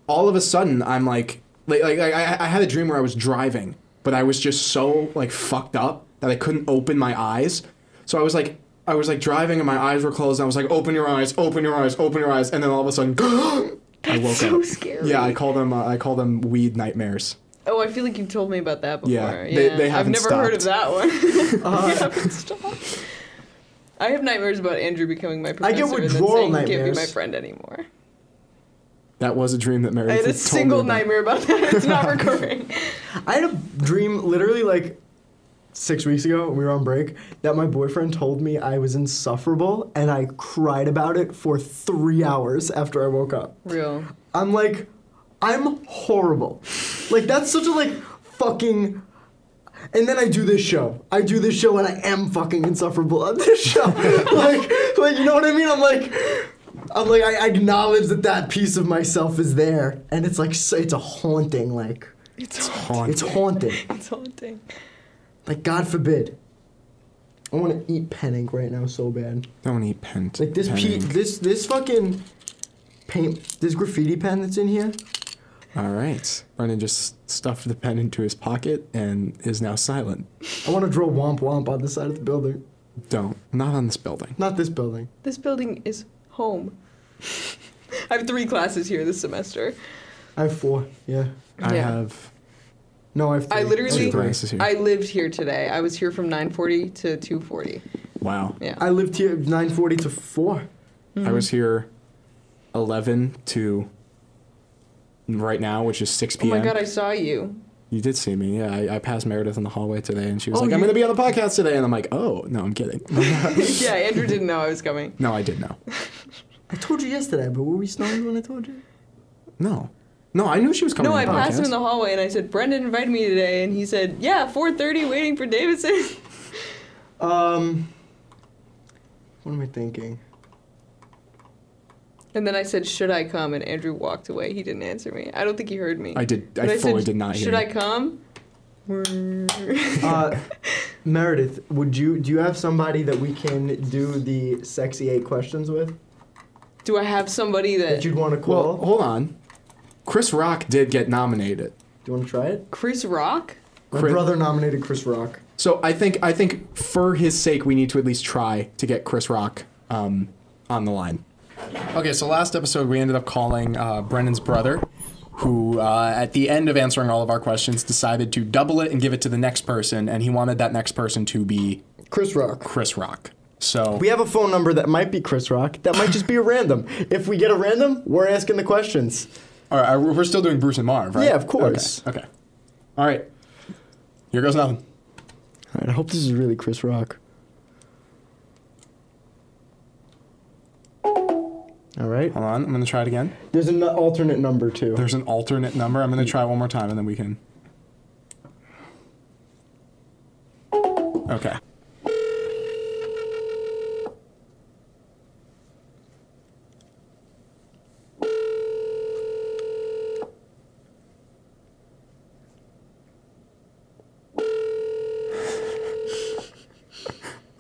Speaker 3: all of a sudden, I'm like, like, like, like I, I had a dream where I was driving, but I was just so like fucked up that I couldn't open my eyes. So I was like, I was like driving and my eyes were closed. And I was like, open your eyes, open your eyes, open your eyes, and then all of a sudden, <gasps> I woke
Speaker 2: so
Speaker 3: up.
Speaker 2: scary.
Speaker 3: Yeah, I call them uh, I call them weed nightmares.
Speaker 2: Oh, I feel like you've told me about that before.
Speaker 3: Yeah,
Speaker 2: Yeah,
Speaker 3: they- they
Speaker 2: I've
Speaker 3: haven't
Speaker 2: never heard of
Speaker 3: <laughs>
Speaker 2: that one. <laughs> They haven't stopped. I have nightmares about Andrew becoming my
Speaker 1: I
Speaker 2: professor.
Speaker 1: get
Speaker 2: and then
Speaker 1: withdrawal
Speaker 2: saying He can't be
Speaker 1: nightmares.
Speaker 2: my friend anymore.
Speaker 3: That was a dream that Mary
Speaker 2: I had a
Speaker 3: told me
Speaker 2: single
Speaker 3: about.
Speaker 2: nightmare about that. It's not recurring.
Speaker 1: I had a dream literally like six weeks ago when we were on break that my boyfriend told me I was insufferable, and I cried about it for three hours after I woke up.
Speaker 2: <laughs> Real.
Speaker 1: I'm like, I'm horrible. Like that's such a like fucking. And then I do this show. I do this show, and I am fucking insufferable on this show. <laughs> like, like you know what I mean? I'm like, I'm like, I acknowledge that that piece of myself is there, and it's like, so, it's a haunting. Like,
Speaker 2: It's
Speaker 1: it's haunting.
Speaker 2: it's haunting.
Speaker 1: Like, God forbid. I want to eat pen ink right now so bad.
Speaker 3: Don't eat pen.
Speaker 1: Like this
Speaker 3: pen
Speaker 1: pe-
Speaker 3: ink.
Speaker 1: this this fucking paint, this graffiti pen that's in here.
Speaker 3: All right. Brennan just stuffed the pen into his pocket and is now silent.
Speaker 1: I want to draw womp womp on the side of the building.
Speaker 3: Don't. Not on this building.
Speaker 1: Not this building.
Speaker 2: This building is home. I have three classes here this semester.
Speaker 1: I have four. Yeah.
Speaker 3: I
Speaker 2: Yeah.
Speaker 3: have
Speaker 1: No, I have three.
Speaker 2: I
Speaker 3: two
Speaker 2: literally,
Speaker 3: classes here.
Speaker 2: I lived here today. I was here from 9:40 to 2:40.
Speaker 3: wow.
Speaker 2: Yeah.
Speaker 1: I lived here 940 to 4.
Speaker 3: I was here 11 to right now, which is 6
Speaker 2: oh
Speaker 3: p.m.
Speaker 2: my god, I saw you. <laughs>
Speaker 3: you did see me. Yeah, I, I passed Meredith in the hallway today and she was
Speaker 1: Oh,
Speaker 3: like, I'm
Speaker 1: you-
Speaker 3: going to be on the podcast today. And I'm like, oh, no,
Speaker 1: <laughs>
Speaker 3: I'm kidding.
Speaker 2: yeah, Andrew didn't know I was coming.
Speaker 3: <laughs> no, I did know.
Speaker 1: I told you yesterday, but were we stoned when I told you?
Speaker 3: No. No, I knew she was coming
Speaker 2: No,
Speaker 3: on
Speaker 2: I
Speaker 3: the
Speaker 2: passed him
Speaker 3: podcast.
Speaker 2: in the hallway and I said, Brendan invited me today. And he said, Yeah, 4.30, waiting for Davidson. <laughs>
Speaker 1: Um. What am I
Speaker 3: <laughs>
Speaker 1: thinking?
Speaker 2: And then I said, Should I come? And Andrew walked away. He didn't answer me. I don't think he heard me.
Speaker 3: I did.
Speaker 2: But
Speaker 3: I fully
Speaker 2: said,
Speaker 3: did not hear you.
Speaker 2: Should I come?
Speaker 1: Uh, Meredith, would you do you have somebody that we can do the sexy eight questions with
Speaker 2: Do I have somebody that.
Speaker 1: that you'd want to
Speaker 3: Well,
Speaker 1: call?
Speaker 3: hold on. Chris Rock did get nominated.
Speaker 1: do you want to try it?
Speaker 2: Chris Rock?
Speaker 1: My
Speaker 3: Chris-
Speaker 1: brother nominated Chris Rock.
Speaker 3: So I think I think for his sake, we need to at least try to get Chris Rock um, on the line. Okay, so last episode we ended up calling uh, Brennan's brother, who uh, at the end of answering all of our questions decided to double it and give it to the next person, and he wanted that next person to be
Speaker 1: Chris Rock.
Speaker 3: Chris Rock. So
Speaker 1: We have a phone number that might be Chris Rock. That might just be a random. If we get a random, we're asking the questions.
Speaker 3: all right, we're still doing Bruce and Marv, right?
Speaker 1: Yeah, of course.
Speaker 3: Okay. okay. All right. Here goes nothing.
Speaker 1: All right, I hope this is really Chris Rock. All right.
Speaker 3: Hold on, I'm gonna try it again.
Speaker 1: There's an alternate number too.
Speaker 3: There's an alternate number. I'm gonna try one more time, and then we can. Okay.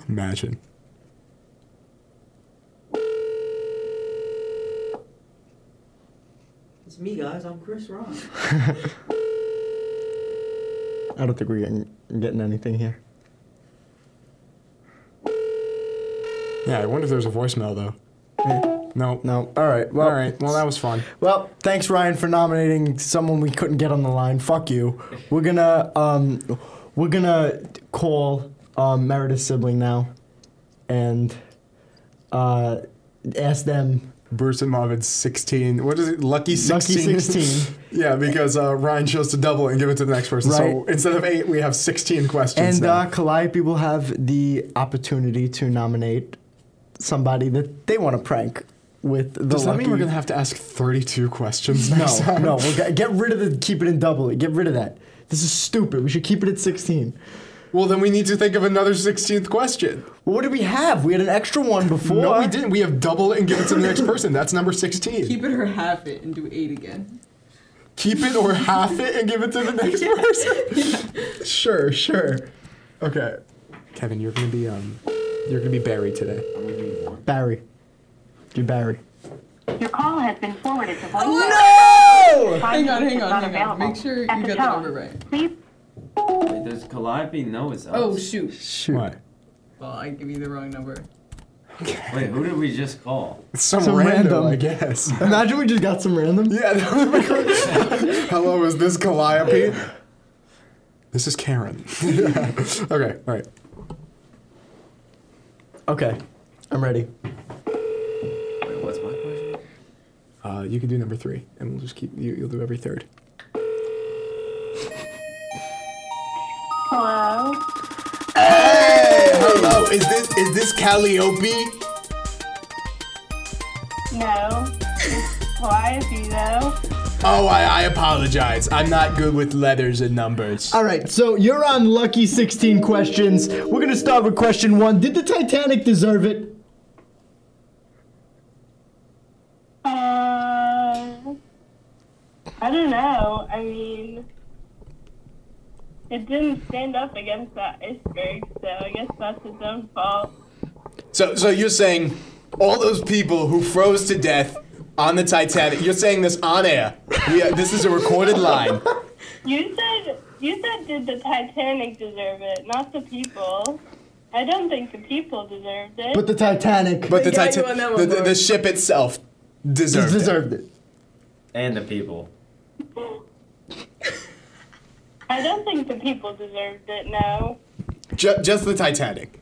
Speaker 3: Imagine.
Speaker 4: <laughs>
Speaker 8: It's me, guys. I'm Chris Rock.
Speaker 1: I don't think we're getting, getting anything here.
Speaker 3: Yeah, I wonder if there's a voicemail though. Eh, No,
Speaker 1: No. All right. Well,
Speaker 3: All right. Well, that was fun.
Speaker 1: Well, thanks Ryan for nominating someone we couldn't get on the line. Fuck you. We're gonna um, we're gonna call um, Meredith's sibling now, and uh, ask them.
Speaker 3: Bruce and Marvin's 16. What is it? Lucky 16.
Speaker 1: 16.
Speaker 3: <laughs> yeah, because uh, Ryan chose to double it and give it to the next person. So
Speaker 1: Right.
Speaker 3: instead of eight, we have 16 questions.
Speaker 1: And
Speaker 3: now.
Speaker 1: uh, Calliope will have the opportunity to nominate somebody that they want to prank with the
Speaker 3: Does that
Speaker 1: lucky.
Speaker 3: mean we're going to have to ask 32 questions
Speaker 1: <laughs>
Speaker 3: next
Speaker 1: no,
Speaker 3: time?
Speaker 1: no, we'll get, get rid of the keep it and double it. Get rid of that. This is stupid. We should keep it at 16.
Speaker 3: Well, then we need to think of another 16th question.
Speaker 1: Well, what did we have? We had an extra one before.
Speaker 3: No, we didn't. We have double it and give it to the next person. That's number 16.
Speaker 2: Keep it or half it <laughs> and do eight again.
Speaker 3: Keep it or half it and give it to the
Speaker 2: <laughs>
Speaker 3: next person. Sure, sure. Okay. Kevin, you're gonna be um, you're gonna be buried today.
Speaker 1: Barry. Do Barry.
Speaker 9: Your call has been forwarded to voicemail.
Speaker 1: No!
Speaker 2: Hang on, hang
Speaker 9: Is
Speaker 2: on,
Speaker 9: not
Speaker 2: hang on.
Speaker 9: available.
Speaker 2: Make sure
Speaker 9: At
Speaker 2: you
Speaker 9: the
Speaker 2: get the
Speaker 9: tone,
Speaker 2: number right.
Speaker 9: Please
Speaker 4: Wait, does Calliope know it's us?
Speaker 2: Oh shoot!
Speaker 1: Shoot.
Speaker 3: What?
Speaker 2: Well, I give you the wrong number.
Speaker 4: Wait, who did we just call?
Speaker 3: Some,
Speaker 1: Some
Speaker 3: random,
Speaker 1: random.
Speaker 3: I guess. <laughs>
Speaker 1: Imagine we just got some random.
Speaker 3: yeah. That would be great.
Speaker 1: <laughs>
Speaker 3: Hello, is this Calliope? This is
Speaker 1: <laughs>
Speaker 3: Karen. okay. All right.
Speaker 1: Okay, I'm ready.
Speaker 4: Wait, what's my question?
Speaker 3: Uh, you can do number three, and we'll just keep you. You'll do every third.
Speaker 1: <laughs>
Speaker 9: hello.
Speaker 3: Hello, Oh, is this is this Calliope?
Speaker 9: No. Calliope though.
Speaker 3: Oh, I, I apologize. I'm not good with letters and numbers.
Speaker 1: All right, so you're on lucky 16 questions. We're gonna start with question one. Did the Titanic deserve it?
Speaker 9: Um, I don't know. I mean, it didn't stand up against that iceberg, so I guess that's its own fault.
Speaker 3: So, so you're saying all those people who froze to death on the Titanic? You're saying this on air? We are, this is a recorded line.
Speaker 9: You said you said did the Titanic deserve it, not the people. I don't think the people deserved it.
Speaker 1: But the Titanic
Speaker 3: But the
Speaker 2: Yeah, you won
Speaker 3: Titanic,
Speaker 2: that one,
Speaker 3: the, the, the
Speaker 2: Lauren.
Speaker 3: ship itself, deserved. it.
Speaker 1: deserved it.
Speaker 4: And the people.
Speaker 9: I don't think the people deserved it. No,
Speaker 3: Ju- just the Titanic.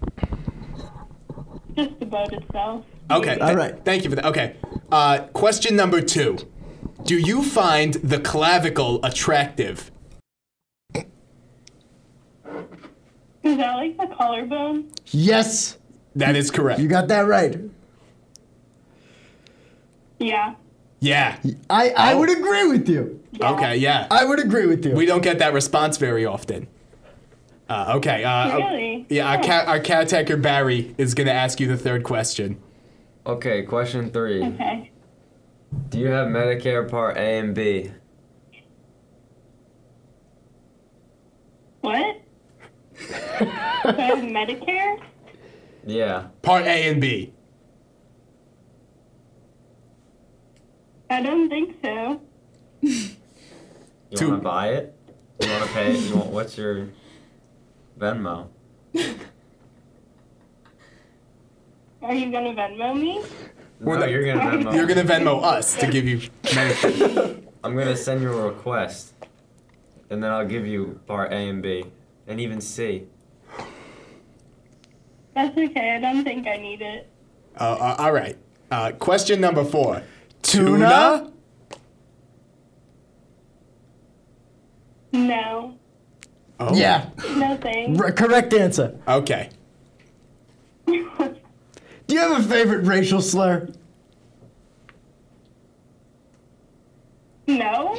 Speaker 9: just the boat itself.
Speaker 3: Okay.
Speaker 1: All
Speaker 3: th-
Speaker 1: right.
Speaker 3: Thank you for that. Okay. Uh, question number two: Do you find the clavicle attractive?
Speaker 9: Is that like the collarbone?
Speaker 1: Yes,
Speaker 3: That is correct.
Speaker 1: you got that right.
Speaker 9: Yeah.
Speaker 3: yeah. Oh.
Speaker 1: I, I would agree with you.
Speaker 3: Okay. Yeah.
Speaker 1: I would agree with you.
Speaker 3: We don't get that response very often. Uh, okay. Uh,
Speaker 9: Really?
Speaker 3: Yeah, our, ca- our cat attacker Barry is going to ask you the third question.
Speaker 4: Okay, question three.
Speaker 9: Oh. Okay.
Speaker 4: Do you have Medicare Part A and B?
Speaker 3: <laughs>
Speaker 9: What? Do I have Medicare?
Speaker 4: Yeah.
Speaker 3: Part A and B.
Speaker 9: I don't think so.
Speaker 4: You
Speaker 3: Two.
Speaker 4: want to buy it? You want to pay it? You want, what's your Venmo?
Speaker 9: Are you gonna Venmo me?
Speaker 4: No,
Speaker 3: not-
Speaker 4: you're gonna Venmo.
Speaker 3: You're going to Venmo us to give you Medicare.
Speaker 4: <laughs> I'm gonna send you a request, and then I'll give you Part A and B, and even C.
Speaker 9: That's okay. I don't think I need it.
Speaker 3: uh, uh, all right. Uh, question number four.
Speaker 1: Tuna?
Speaker 9: No.
Speaker 3: Oh.
Speaker 1: Yeah,
Speaker 9: No thanks.
Speaker 1: r- correct answer.
Speaker 3: Okay.
Speaker 1: Do you have a favorite racial slur?
Speaker 9: <laughs> No.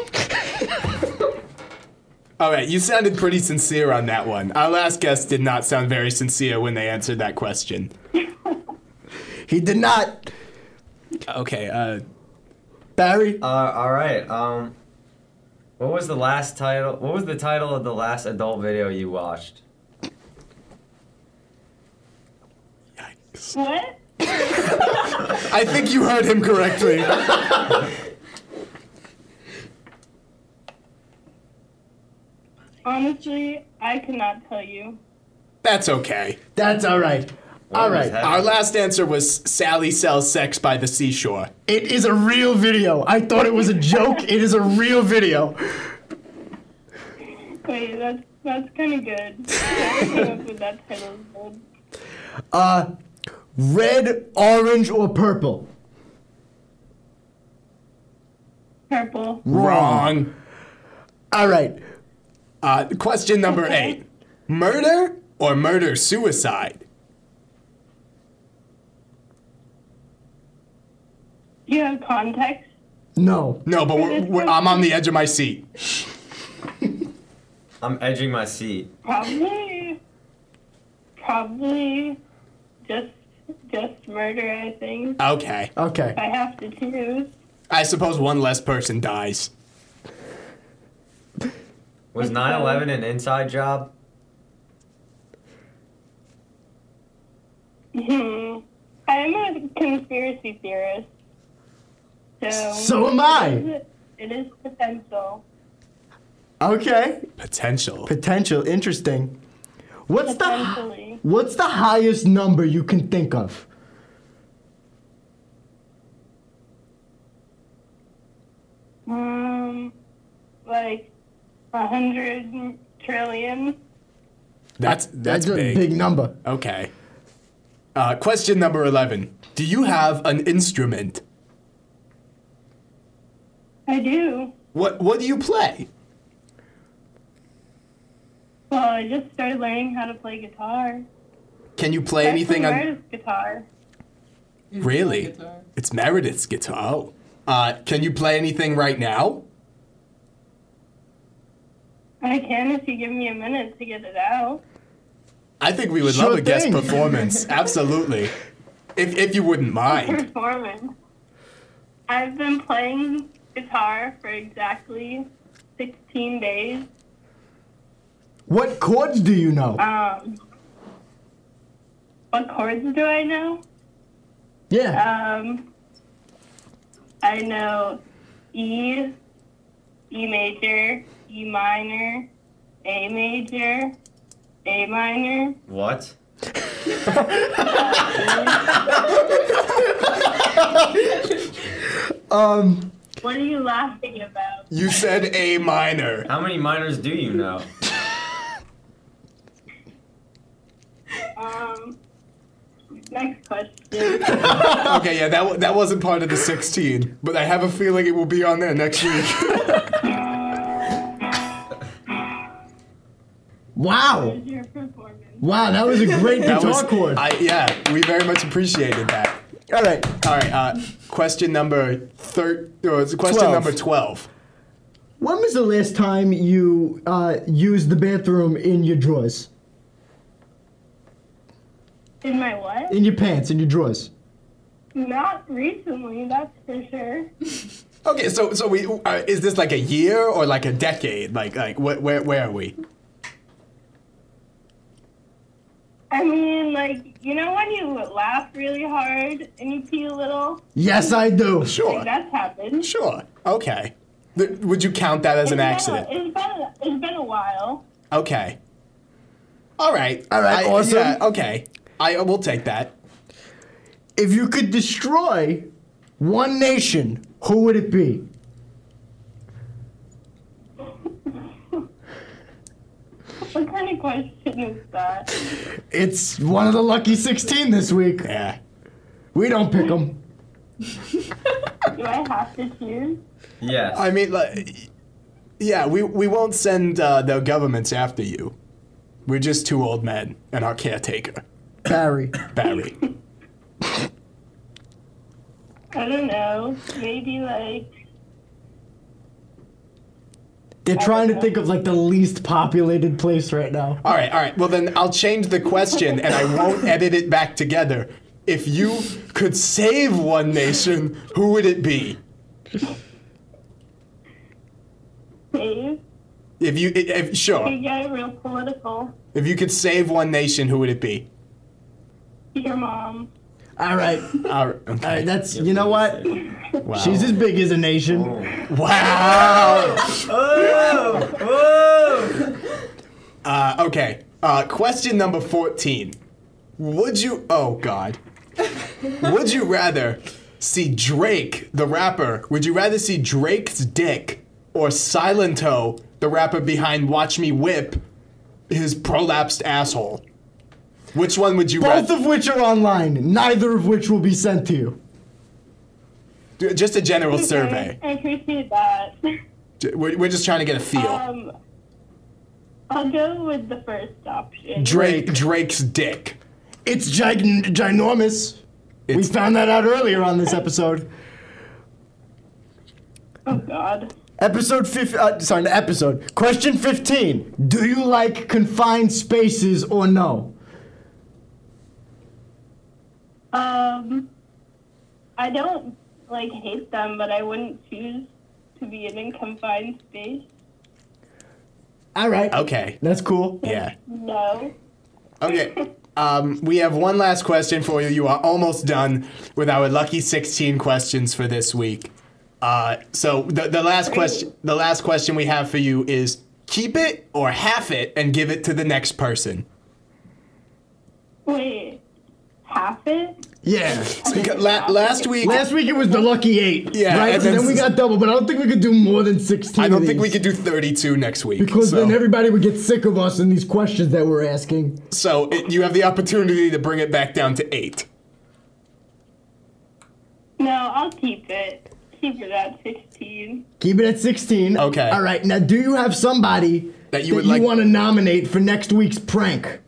Speaker 3: All right. You sounded pretty sincere on that one. Our last guest did not sound very sincere when they answered that question.
Speaker 1: <laughs> He did not.
Speaker 3: Okay. Uh,
Speaker 1: Barry,
Speaker 4: Uh, all right. Um, what was the last title? What was the title of the last adult video you watched?
Speaker 3: yikes.
Speaker 9: What?
Speaker 3: I think you heard him correctly.
Speaker 9: I <laughs> Honestly, I cannot tell you.
Speaker 3: That's okay.
Speaker 1: That's all right. All
Speaker 4: was
Speaker 1: right.
Speaker 4: that?
Speaker 3: Our last answer was Sally sells sex by the seashore.
Speaker 1: It is a real video. I thought it was a joke. it is a real video.
Speaker 9: Wait, that's that's kind of good. I came up with that title. Good.
Speaker 1: Uh, Red, orange, or purple?
Speaker 9: Purple.
Speaker 3: Wrong.
Speaker 1: All right.
Speaker 3: Uh, question number eight murder or murder suicide?
Speaker 9: Do you have context?
Speaker 1: No.
Speaker 3: No, but we're, we're, I'm on the edge of my seat.
Speaker 4: <laughs> I'm edging my seat.
Speaker 9: Probably. Probably. Just just murder. I think
Speaker 3: Okay.
Speaker 1: Okay.
Speaker 9: I have to choose. <laughs>
Speaker 3: I suppose one less person dies.
Speaker 4: Was 9/11 an inside job?
Speaker 9: Hmm. I'm a conspiracy theorist. So.
Speaker 1: So am I.
Speaker 9: It is potential.
Speaker 1: Okay.
Speaker 3: Potential.
Speaker 1: Potential. Interesting. What's the
Speaker 9: Potentially.
Speaker 1: What's the highest number you can think of?
Speaker 9: Um, like a hundred trillion.
Speaker 3: That's that's,
Speaker 1: a
Speaker 3: big.
Speaker 1: big number.
Speaker 3: Okay. Uh, question number eleven. Do you have an instrument?
Speaker 9: I do.
Speaker 3: What what do you play?
Speaker 9: Well, I just started learning how to play guitar.
Speaker 3: Can you play anything
Speaker 9: Actually,
Speaker 3: on?
Speaker 9: Meredith's guitar.
Speaker 10: Is
Speaker 3: Really?
Speaker 10: it guitar?
Speaker 3: It's Meredith's guitar. Oh. Uh, can you play anything right now?
Speaker 9: I can if you give me a minute to get it out.
Speaker 3: I think we would
Speaker 1: Sure
Speaker 3: love a guest
Speaker 1: thing. <laughs>
Speaker 3: performance. Absolutely. If if you wouldn't mind.
Speaker 9: <laughs> Performance. I've been playing guitar for exactly 16 days.
Speaker 1: What chords do you know?
Speaker 9: Um, what chords do I know?
Speaker 1: Yeah.
Speaker 9: Um, I know E, E major, E minor, A major, A minor.
Speaker 4: What?
Speaker 9: What are you laughing about?
Speaker 3: Um, You said A minor.
Speaker 4: How many minors do you know?
Speaker 9: Um, next question.
Speaker 3: Okay, yeah, that wa- that wasn't part of the 16, but I have a feeling it will be on there next week.
Speaker 1: wow.
Speaker 9: What's your performance?
Speaker 1: Wow, that was a great
Speaker 3: <laughs> That
Speaker 1: guitar
Speaker 3: was-
Speaker 1: chord.
Speaker 3: I, yeah, we very much appreciated that.
Speaker 1: All right.
Speaker 3: All right, uh, question number thir- or it's question
Speaker 1: Twelve.
Speaker 3: number 12.
Speaker 1: When was the last time you uh, used the bathroom in your drawers?
Speaker 9: In my what?
Speaker 1: In your pants, in your drawers?
Speaker 9: Not recently, that's for sure.
Speaker 3: Okay, so so we uh, is this like a year or like a decade? Like like wh- where where are we?
Speaker 9: I mean, like, you know when you laugh really hard and you pee a little?
Speaker 1: Yes, I do.
Speaker 3: Sure.
Speaker 9: Like, that's happened.
Speaker 3: Sure. Okay. Th- would you count that as an accident?
Speaker 9: It's been, a, it's been a while.
Speaker 3: Okay. All right.
Speaker 1: All right,
Speaker 3: I-
Speaker 1: awesome.
Speaker 3: yeah, okay. I will take that.
Speaker 1: If you could destroy one nation, who would it be?
Speaker 9: What kind of question is that?
Speaker 1: It's one of the lucky 16 this week.
Speaker 3: Yeah.
Speaker 1: We don't pick them.
Speaker 9: Do I have to choose?
Speaker 4: Yes.
Speaker 3: I mean, like, yeah, we, we won't send uh, the governments after you. We're just two old men and our caretaker,
Speaker 1: Barry.
Speaker 3: Barry.
Speaker 9: I don't know. Maybe like
Speaker 1: They're trying to think of like the least populated place right now.
Speaker 3: all right, all right. Well, then I'll change the question and I won't edit it back together. If you could save one nation, who would it be?
Speaker 9: save.
Speaker 3: If you, if,
Speaker 9: You
Speaker 3: sure,
Speaker 9: get real political.
Speaker 3: if you could save one nation, who would it be?
Speaker 9: Your mom.
Speaker 1: All right.
Speaker 3: All right, okay.
Speaker 1: All right, that's, you know what?
Speaker 3: wow.
Speaker 1: She's as big as a nation.
Speaker 3: wow.
Speaker 4: Whoa!
Speaker 7: Uh, okay. Uh, question number 14. Would you, oh God. would you rather see Drake, the rapper, would you rather see Drake's dick or Silento, the rapper behind Watch Me Whip, his prolapsed asshole? Which one would you
Speaker 1: Both
Speaker 7: rather?
Speaker 1: of which are online, neither of which will be sent to you.
Speaker 7: Just a general
Speaker 9: Okay,
Speaker 7: survey.
Speaker 9: I appreciate that.
Speaker 7: J- We're, we're just trying to get a feel.
Speaker 1: Oh,
Speaker 9: Um, I'll go with the first option.
Speaker 7: Drake, Drake's dick.
Speaker 1: It's gig- ginormous. we
Speaker 7: It's-
Speaker 1: found that out earlier on this episode.
Speaker 9: oh God.
Speaker 1: Episode 15, uh, sorry, not episode. Question 15. Do you like confined spaces or no?
Speaker 9: Um, I don't like hate them, but I wouldn't choose to be in a confined space.
Speaker 1: All right.
Speaker 7: Okay.
Speaker 1: That's cool.
Speaker 7: Yeah.
Speaker 9: No.
Speaker 7: Okay. Um, we have one last question for you. You are almost done with our lucky 16 questions for this week. Uh, so the, the last question the last question we have for you is keep it or half it and give it to the next person.
Speaker 9: Wait. Half it?
Speaker 1: Yeah.
Speaker 7: Because la- last week
Speaker 1: Last week it was the lucky eight.
Speaker 7: Yeah, and
Speaker 1: Right? And
Speaker 7: then-
Speaker 1: then, we got double, but I don't think we could do more than 16.
Speaker 7: I
Speaker 1: of
Speaker 7: don't think we
Speaker 1: these.
Speaker 7: could do 32 next week.
Speaker 1: Because
Speaker 7: so
Speaker 1: then everybody would get sick of us and these questions that we're asking.
Speaker 7: so it, you have the opportunity to bring it back down to 8.
Speaker 9: No, I'll keep it. Keep it at 16.
Speaker 1: Keep it at 16.
Speaker 7: Okay.
Speaker 1: All right. Now, do you have somebody
Speaker 7: That you would like-
Speaker 1: want to nominate for next week's prank?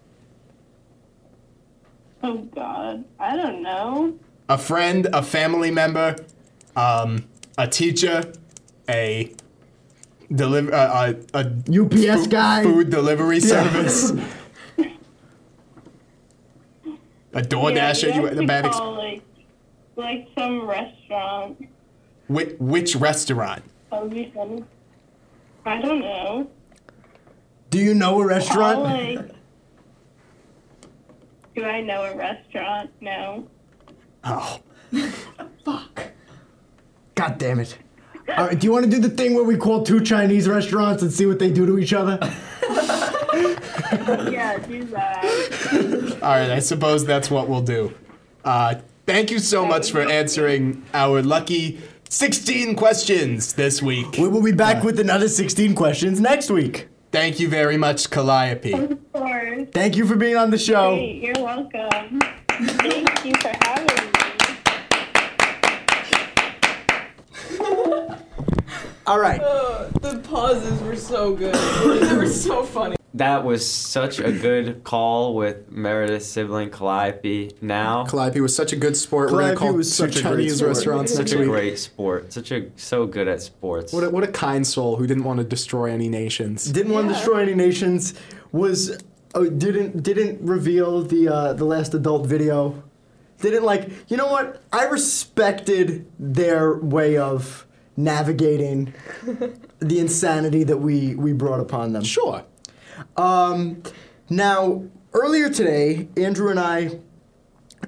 Speaker 9: Oh God. I don't know.
Speaker 7: a friend, a family member, um, a teacher, a deliver uh, a, a
Speaker 1: UPS guy?
Speaker 7: food delivery
Speaker 1: <laughs>
Speaker 7: service, a DoorDash.
Speaker 9: yeah,
Speaker 7: Are you
Speaker 9: have
Speaker 7: at the
Speaker 9: to
Speaker 7: bad? Ex-
Speaker 9: call, like, like some restaurant.
Speaker 7: which, which restaurant?
Speaker 9: That would be funny. I don't know.
Speaker 1: Do you know a
Speaker 9: I'll,
Speaker 1: restaurant?
Speaker 9: like, <laughs> do I know a restaurant?
Speaker 7: <laughs>
Speaker 9: No.
Speaker 7: Oh,
Speaker 1: God damn it. All right, do you want to do the thing where we call two Chinese restaurants and see what they do to each other?
Speaker 9: Yeah, do that.
Speaker 7: all right. I suppose that's what we'll do. Uh, thank you so much for answering our lucky 16 questions this week. Uh,
Speaker 1: We will be back with another 16 questions next week.
Speaker 7: Thank you very much, Calliope.
Speaker 9: Of course.
Speaker 1: Thank you for being on the show.
Speaker 9: Great, you're welcome. Thank you for having me.
Speaker 1: All right.
Speaker 8: Uh, the pauses were so
Speaker 2: <coughs>
Speaker 8: good. they were so funny.
Speaker 4: That was such a good call with Meredith's sibling Calliope. Now,
Speaker 3: Calliope was such a good sport. We're
Speaker 7: Calliope
Speaker 3: gonna call
Speaker 7: was
Speaker 3: two
Speaker 7: such a great
Speaker 3: Chinese
Speaker 7: sport.
Speaker 3: restaurants
Speaker 4: such
Speaker 3: next
Speaker 4: a
Speaker 3: week.
Speaker 4: great sport. Such a so good at sports.
Speaker 3: What a, what a kind soul who didn't want to destroy any nations.
Speaker 1: Didn't want to destroy any nations. Was oh, didn't didn't reveal the uh, the last adult video. Didn't like you know what? I respected their way of navigating the insanity that we we brought upon them.
Speaker 3: Sure.
Speaker 1: Um, now, earlier today, Andrew and I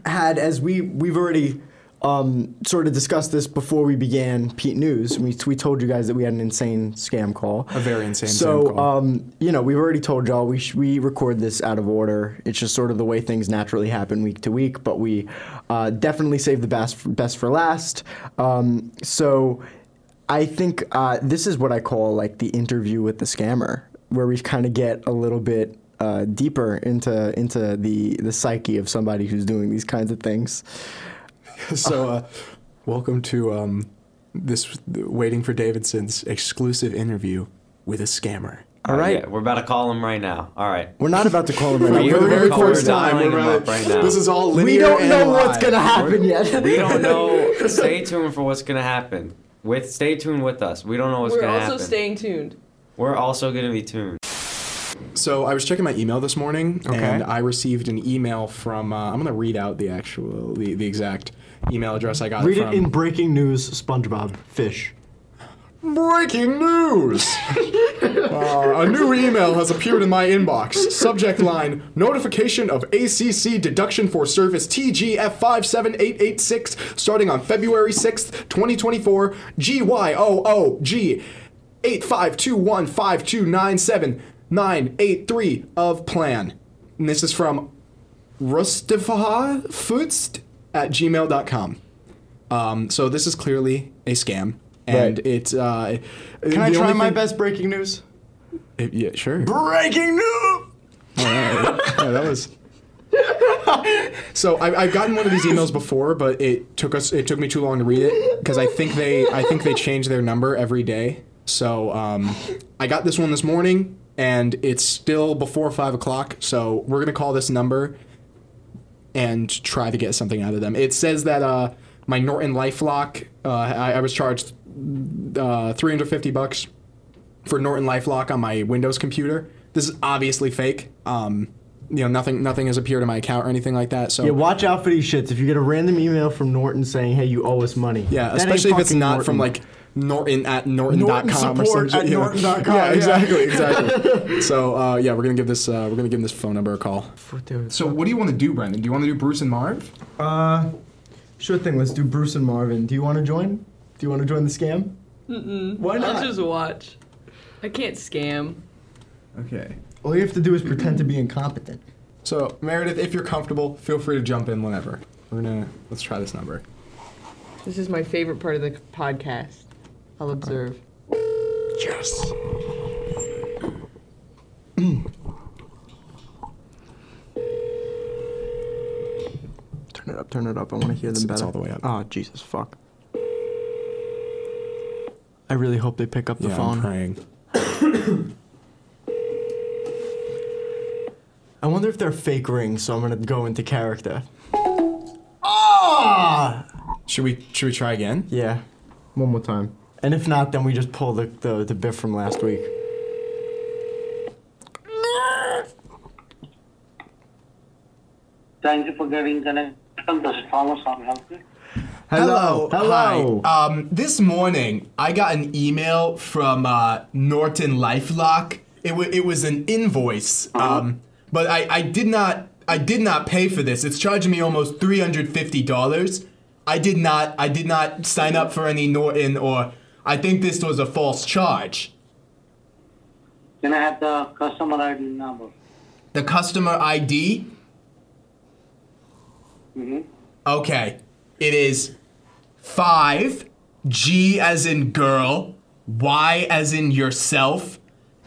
Speaker 1: had, as we we've already um, sort of discussed this before we began Pete News. We we told you guys that we had an insane scam call.
Speaker 3: A very insane
Speaker 1: So,
Speaker 3: scam call.
Speaker 1: um, you know, we've already told y'all we sh- we record this out of order. It's just sort of the way things naturally happen week to week. But we uh, definitely save the best for, best for last. Um, so, I think uh, this is what I call like the interview with the scammer, where we kind of get a little bit. Uh, deeper into into the the psyche of somebody who's doing these kinds of things. <laughs>
Speaker 3: So, uh, welcome to um, this Waiting for Davidson's exclusive interview with a scammer.
Speaker 1: All right,
Speaker 4: Uh, Yeah, we're about to call him right now. All right.
Speaker 1: we're not about to call
Speaker 4: <laughs>
Speaker 1: him right
Speaker 4: you-
Speaker 1: now.
Speaker 4: We're
Speaker 3: For the very
Speaker 4: calling-
Speaker 3: first
Speaker 4: we're
Speaker 3: time,
Speaker 4: dialing
Speaker 3: we're
Speaker 4: him up
Speaker 3: right-
Speaker 4: right now.
Speaker 3: This is all linear
Speaker 1: We don't
Speaker 3: and
Speaker 1: know what's
Speaker 3: live.
Speaker 1: gonna happen yet.
Speaker 4: <laughs> We don't
Speaker 1: <laughs>
Speaker 4: know. Stay tuned for what's gonna happen. With stay tuned with us. We don't know what's
Speaker 8: We're
Speaker 4: gonna
Speaker 8: also
Speaker 4: happen.
Speaker 8: staying tuned.
Speaker 4: We're also gonna be tuned.
Speaker 3: So I was checking my email this morning,
Speaker 7: Okay.
Speaker 3: and I received an email from. Uh, I'm gonna read out the actual, the, the exact email address I got. from.
Speaker 1: breaking news. SpongeBob fish. <laughs>
Speaker 3: Breaking news! Uh, a new email has appeared in my inbox. Subject line Notification of ACC deduction for service TGF57886 starting on February 6th, 2024. GYOOG 85215297. 983 of plan. And this is from rustifahfutst at gmail.com. Um, so this is clearly a scam. And
Speaker 1: Right.
Speaker 3: it's. Uh,
Speaker 1: Can I try my best breaking news?
Speaker 3: yeah, sure.
Speaker 1: Breaking news!
Speaker 3: yeah, that was. So I, I've gotten one of these emails before, but it took us. It took me too long to read it because I think they. I think they change their number every day. So um, I got this one this morning, and it's still before five o'clock. So we're gonna call this number and try to get something out of them. It says that uh, my Norton LifeLock. Uh, I, I was charged uh, three hundred fifty bucks for Norton LifeLock on my Windows computer. This is obviously fake. Um, you know, nothing nothing has appeared in my account or anything like that. So
Speaker 1: Yeah, watch out for these shits. If you get a random email from Norton saying, "Hey, you owe us money,"
Speaker 3: Yeah,
Speaker 1: That ain't
Speaker 3: especially if it's
Speaker 1: fucking
Speaker 3: not from
Speaker 1: Norton.
Speaker 3: like Norton at Norton.com
Speaker 1: Norton
Speaker 3: or
Speaker 1: support
Speaker 3: something.
Speaker 1: at Norton.com,
Speaker 3: <laughs> yeah,
Speaker 1: yeah. <laughs>
Speaker 3: exactly, exactly. so uh, yeah, we're gonna give this uh, we're gonna give this phone number a call.
Speaker 7: So what do you want to do, Brendan? Do you want to do Bruce and Marv?
Speaker 1: Uh, sure thing. Let's do Bruce and Marvin. Do you want to join? Do you want to join the scam?
Speaker 8: Mm-mm.
Speaker 1: Why not?
Speaker 8: I'll just watch. I can't scam.
Speaker 7: Okay.
Speaker 1: All you have to do is pretend to be incompetent.
Speaker 3: So Meredith, if you're comfortable, feel free to jump in whenever. We're gonna let's try this number.
Speaker 8: This is my favorite part of the podcast. I'll observe.
Speaker 3: Yes.
Speaker 1: Turn it up. Turn it up. I want to hear
Speaker 3: It's- it's all the way up.
Speaker 1: Oh Jesus fuck! I really hope they pick up the
Speaker 3: yeah,
Speaker 1: phone.
Speaker 3: I'm praying.
Speaker 1: <coughs> I wonder if they're fake rings, so I'm gonna go into character. Ah!
Speaker 3: Should we should we try again?
Speaker 1: Yeah. One more time. And if not, then we just pull the, the, the bit from last week.
Speaker 11: Thank you for getting connected. This is Thomas. I'm helping.
Speaker 1: Hello. Hello.
Speaker 3: Hi. Um, this morning, I got an email from uh, Norton LifeLock. It, w- it was an invoice,
Speaker 1: Uh-huh.
Speaker 3: um, but I, I did not I did not pay for this. It's charging me almost three hundred fifty dollars. I did not I did not sign up for any Norton or I think this was a false charge.
Speaker 11: Can I have the customer ID number?
Speaker 3: The customer ID.
Speaker 11: Mm-hmm.
Speaker 3: Okay, it is five G as in girl, Y as in yourself,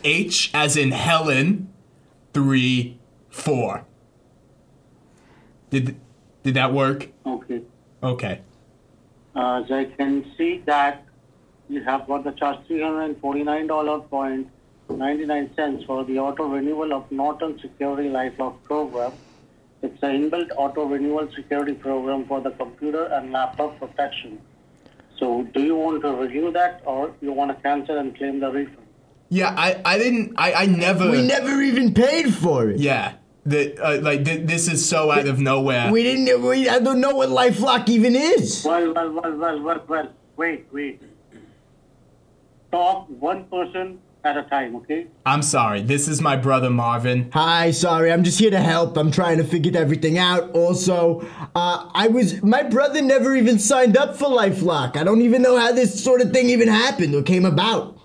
Speaker 3: H as in Helen, three, four. Did did that work?
Speaker 11: Okay.
Speaker 3: Okay.
Speaker 11: Uh, As I can see that you have got the charge $349.99 for the auto renewal of Norton Security LifeLock program. It's an inbuilt auto renewal security program for the computer and laptop protection. So do you want to renew that or you want to cancel and claim the refund?
Speaker 3: Yeah, I I didn't I I never.
Speaker 1: We never even paid for it.
Speaker 3: yeah. The, uh, like th- this is so out of nowhere.
Speaker 1: We didn't. We, I don't know what LifeLock even is.
Speaker 11: Well, well, well, well, well, well. Wait, wait. Talk one person at a time, okay?
Speaker 3: I'm sorry. This is my brother Marvin.
Speaker 1: Hi, sorry. I'm just here to help. I'm trying to figure everything out. Also, uh, I was my brother never even signed up for LifeLock. I don't even know how this sort of thing even happened or came about.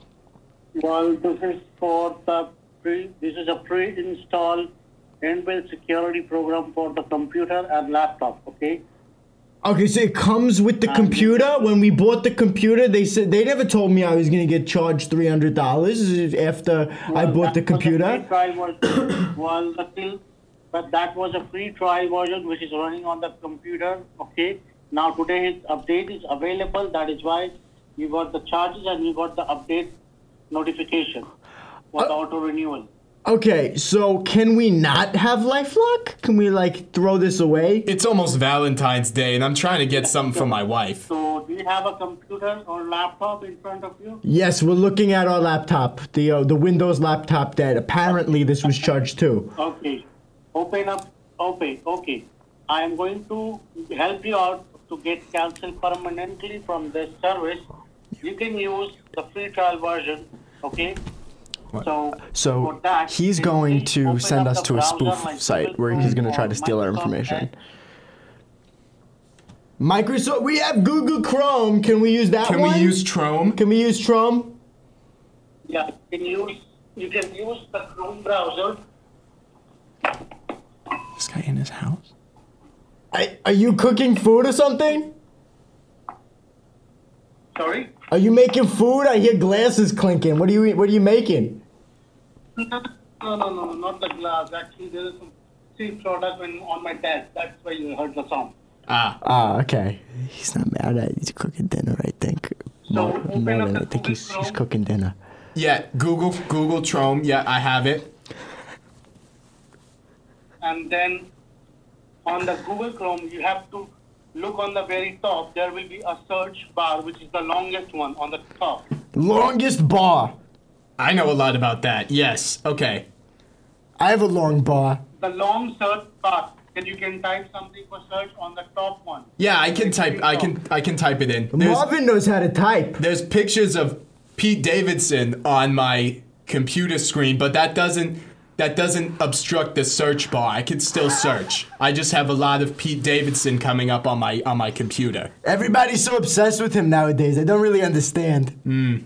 Speaker 11: Well, this is for the pre. This is a pre-installed inbuilt security program for the computer and laptop, okay?
Speaker 1: Okay, so it comes with the computer. When we bought the computer, they said they never told me I was gonna get charged three hundred dollars after I
Speaker 11: Well,
Speaker 1: bought the
Speaker 11: that was <coughs> a free
Speaker 1: computer.
Speaker 11: trial version. well, the till, but that was a free trial version which is running on the computer. Okay. Now today his update is available. That is why you got the charges and you got the update notification for the auto renewal.
Speaker 1: Okay, so can we not have LifeLock? Can we like throw this away?
Speaker 3: It's almost Valentine's Day, and I'm trying to get something for my wife.
Speaker 11: So do you have a computer or laptop in front of you?
Speaker 1: Yes, we're looking at our laptop, the uh, the Windows laptop that apparently this was charged to.
Speaker 11: Okay. Open up. Open. Okay. I am going to help you out to get cancelled permanently from this service. You can use the free trial version. Okay. So,
Speaker 1: So,
Speaker 11: for that,
Speaker 1: he's
Speaker 11: simply
Speaker 1: going to
Speaker 11: open
Speaker 1: send
Speaker 11: up
Speaker 1: us
Speaker 11: the
Speaker 1: to a
Speaker 11: browser
Speaker 1: spoof
Speaker 11: like
Speaker 1: site
Speaker 11: Google
Speaker 1: where he's
Speaker 11: Chrome
Speaker 1: gonna try to
Speaker 11: or
Speaker 1: steal our
Speaker 11: Microsoft
Speaker 1: information.
Speaker 11: Edge.
Speaker 1: Microsoft, we have Google Chrome. Can we use that
Speaker 3: Can
Speaker 1: one?
Speaker 3: we use Trome?
Speaker 1: Can we use Chrome?
Speaker 11: Yeah, you can use You can use the Chrome browser.
Speaker 1: This guy in his house. I, are you cooking food or something?
Speaker 11: Sorry?
Speaker 1: Are you making food? I hear glasses clinking. What are you? What are you making?
Speaker 11: No, no, no, no, not the glass. Actually, there is some sea product in- on my desk. That's why you heard the sound.
Speaker 1: Ah. Ah. Okay. He's not mad at. He's cooking dinner. I think. More, more than I think he's, he's cooking dinner.
Speaker 3: Yeah, Google Google Chrome. Yeah, I have it.
Speaker 11: And then on the Google Chrome, you have to look on the very top. There will be a search bar, which is the longest one on the top.
Speaker 1: Longest bar.
Speaker 3: I know a lot about that. Yes. Okay.
Speaker 1: I have a long bar.
Speaker 11: The long search bar. Then you can type something for search on the top one.
Speaker 3: Yeah, I can type. I can. I can type it in.
Speaker 1: Marvin knows how to type.
Speaker 3: There's pictures of Pete Davidson on my computer screen, but that doesn't. That doesn't obstruct the search bar. I can still search. I just have a lot of Pete Davidson coming up on my on my computer.
Speaker 1: Everybody's so obsessed with him nowadays. I don't really understand.
Speaker 12: Hmm.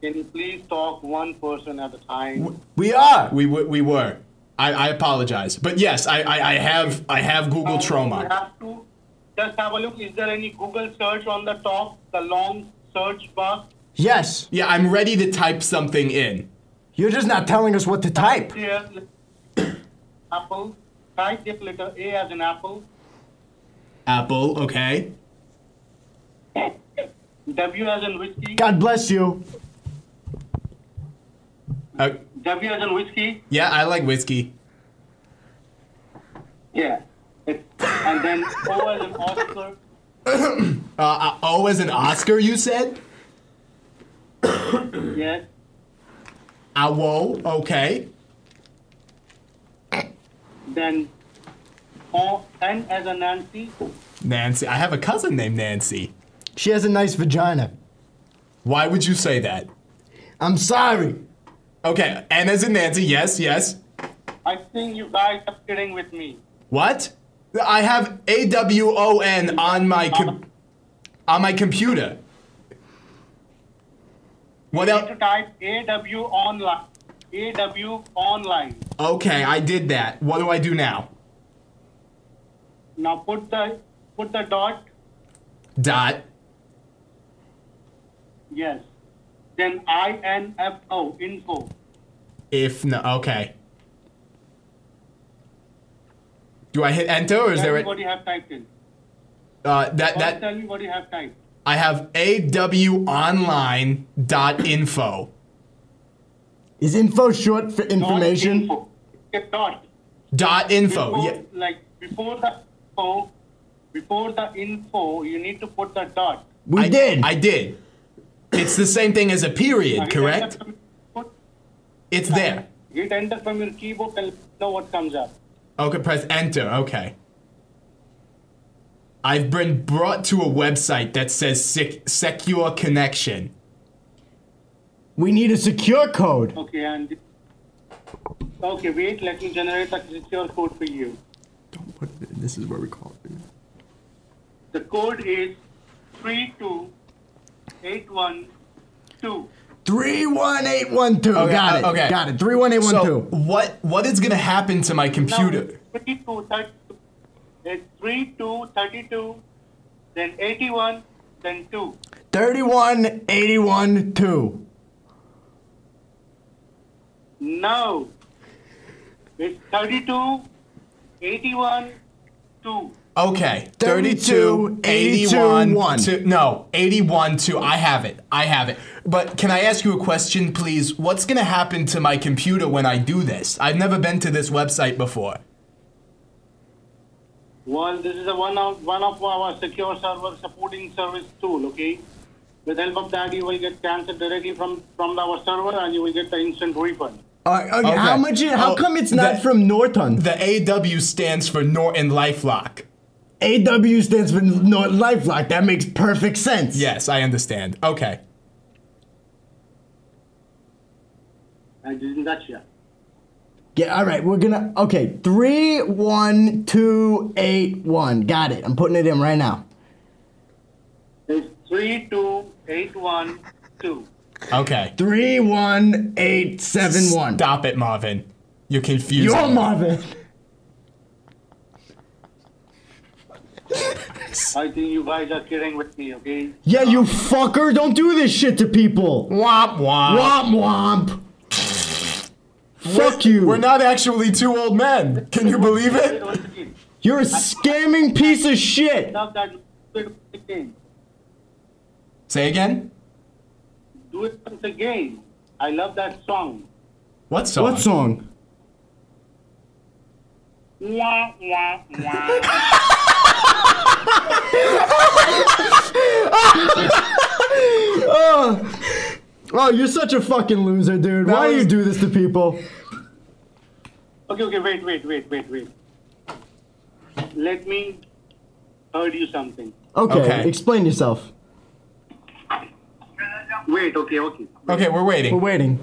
Speaker 11: Can you please talk one person at a time?
Speaker 1: We are.
Speaker 3: We were. We were. I, I apologize, but yes, I, I, I have I have Google Chrome
Speaker 11: You
Speaker 3: on.
Speaker 11: have to just have a look. Is there any Google search on the top, the long search bar?
Speaker 1: Yes.
Speaker 3: Yeah, I'm ready to type something in.
Speaker 1: You're just not telling us what to type.
Speaker 11: Here, apple. Type the letter A as an apple,
Speaker 3: Apple. Okay.
Speaker 11: W as in whiskey,
Speaker 1: God bless you.
Speaker 3: Uh,
Speaker 11: W as in whiskey.
Speaker 3: yeah, I like whiskey. <clears throat>
Speaker 11: Yeah. It- and then O as in Oscar,
Speaker 3: Uh, uh, oh, as an Oscar, you said?
Speaker 11: yes.
Speaker 3: Owl, okay.
Speaker 11: Then O, N as in Nancy,
Speaker 3: Nancy. I have a cousin named Nancy.
Speaker 1: She has a nice vagina.
Speaker 3: Why would you say that?
Speaker 1: I'm sorry.
Speaker 3: Okay, N as in Nancy, yes, yes.
Speaker 11: I think you guys are kidding with me.
Speaker 3: What? I have A W O N on my com- on my computer. What
Speaker 11: You need
Speaker 3: else?
Speaker 11: to type AW online. AW online.
Speaker 3: Okay, I did that. What do I do now?
Speaker 11: Now put the put the dot.
Speaker 3: Dot.
Speaker 11: Yes. Then I N F O info.
Speaker 3: If no. Okay. Do I hit enter or is
Speaker 11: tell
Speaker 3: there
Speaker 11: me
Speaker 3: a,
Speaker 11: what you have typed in.
Speaker 3: uh, that
Speaker 11: Or
Speaker 3: that
Speaker 11: tell me what you have typed.
Speaker 3: I have awonline.info.
Speaker 1: Is info short for
Speaker 11: Dot
Speaker 1: information?
Speaker 11: info. It's dot.
Speaker 3: Dot info.
Speaker 11: Before,
Speaker 3: Yeah.
Speaker 11: Like before the info, before the info, you need to put the dot.
Speaker 1: We
Speaker 3: I,
Speaker 1: did.
Speaker 3: I did. It's the same thing as a period,
Speaker 11: Hit
Speaker 3: correct?
Speaker 11: enter from your keyboard-
Speaker 3: It's there.
Speaker 11: Hit enter from your keyboard and know what comes up.
Speaker 3: Okay, press enter. Okay. I've been brought to a website that says sec- secure connection.
Speaker 1: we need a secure code.
Speaker 11: Okay, and okay, wait. Let me generate a secure code for you.
Speaker 12: Don't put it in. This is where we call it.
Speaker 11: The code is three two eight one two.
Speaker 1: 31812.
Speaker 3: Okay,
Speaker 1: Got it.
Speaker 3: uh, okay.
Speaker 1: Got it.
Speaker 3: So
Speaker 1: 31812.
Speaker 3: what what is gonna happen to my computer?
Speaker 11: Three two thirty. It's three two thirty two, then eighty one, then two.
Speaker 1: 31812.
Speaker 11: No. It's 32, 81, 2.
Speaker 3: Okay.
Speaker 1: 32,
Speaker 3: 32,
Speaker 1: 81,
Speaker 3: 81, 1. no, 81, 2. I have it. I have it. But can I ask you a question, please? What's going to happen to my computer when I do this? I've never been to this website before.
Speaker 11: Well, this is a one of one of our secure server supporting service tool, okay? With help of that, you will get canceled directly from, from our server and you will get the instant refund.
Speaker 1: All right, okay, Uh, How
Speaker 3: Okay.
Speaker 1: much? Is, how
Speaker 3: Oh,
Speaker 1: come it's not
Speaker 3: that-
Speaker 1: from Norton?
Speaker 3: The AW stands for Norton Lifelock.
Speaker 1: AW stands for Norton Lifelock. That makes perfect sense.
Speaker 3: Yes, I understand. Okay.
Speaker 11: I didn't touch you.
Speaker 1: Yeah, all right, we're gonna okay, three one two eight one. Got it. I'm putting it in right now.
Speaker 11: It's 32812.
Speaker 3: Okay.
Speaker 1: 31871.
Speaker 3: Stop it, Marvin. You're confusing.
Speaker 1: You're
Speaker 3: me.
Speaker 1: Marvin.
Speaker 11: I think you guys are kidding with me, okay?
Speaker 1: Yeah, you fucker. Don't do this shit to people.
Speaker 3: Womp womp.
Speaker 1: Womp womp. Fuck you. We're
Speaker 3: not actually two old men. Can you believe it?
Speaker 1: You're a scamming piece of shit.
Speaker 11: Stop that stupid game.
Speaker 3: Say again?
Speaker 11: Do it once again. I love that song.
Speaker 3: What song?
Speaker 1: What song? <laughs>
Speaker 9: Yeah, yeah, yeah.
Speaker 1: oh. oh, you're such a fucking loser, dude. Why do you do this to people?
Speaker 11: Okay, okay, wait, wait, wait, wait, wait. Let me heard you something.
Speaker 1: Okay,
Speaker 11: Okay.
Speaker 1: explain yourself.
Speaker 11: Wait, okay, okay.
Speaker 3: Okay, we're waiting.
Speaker 1: We're waiting.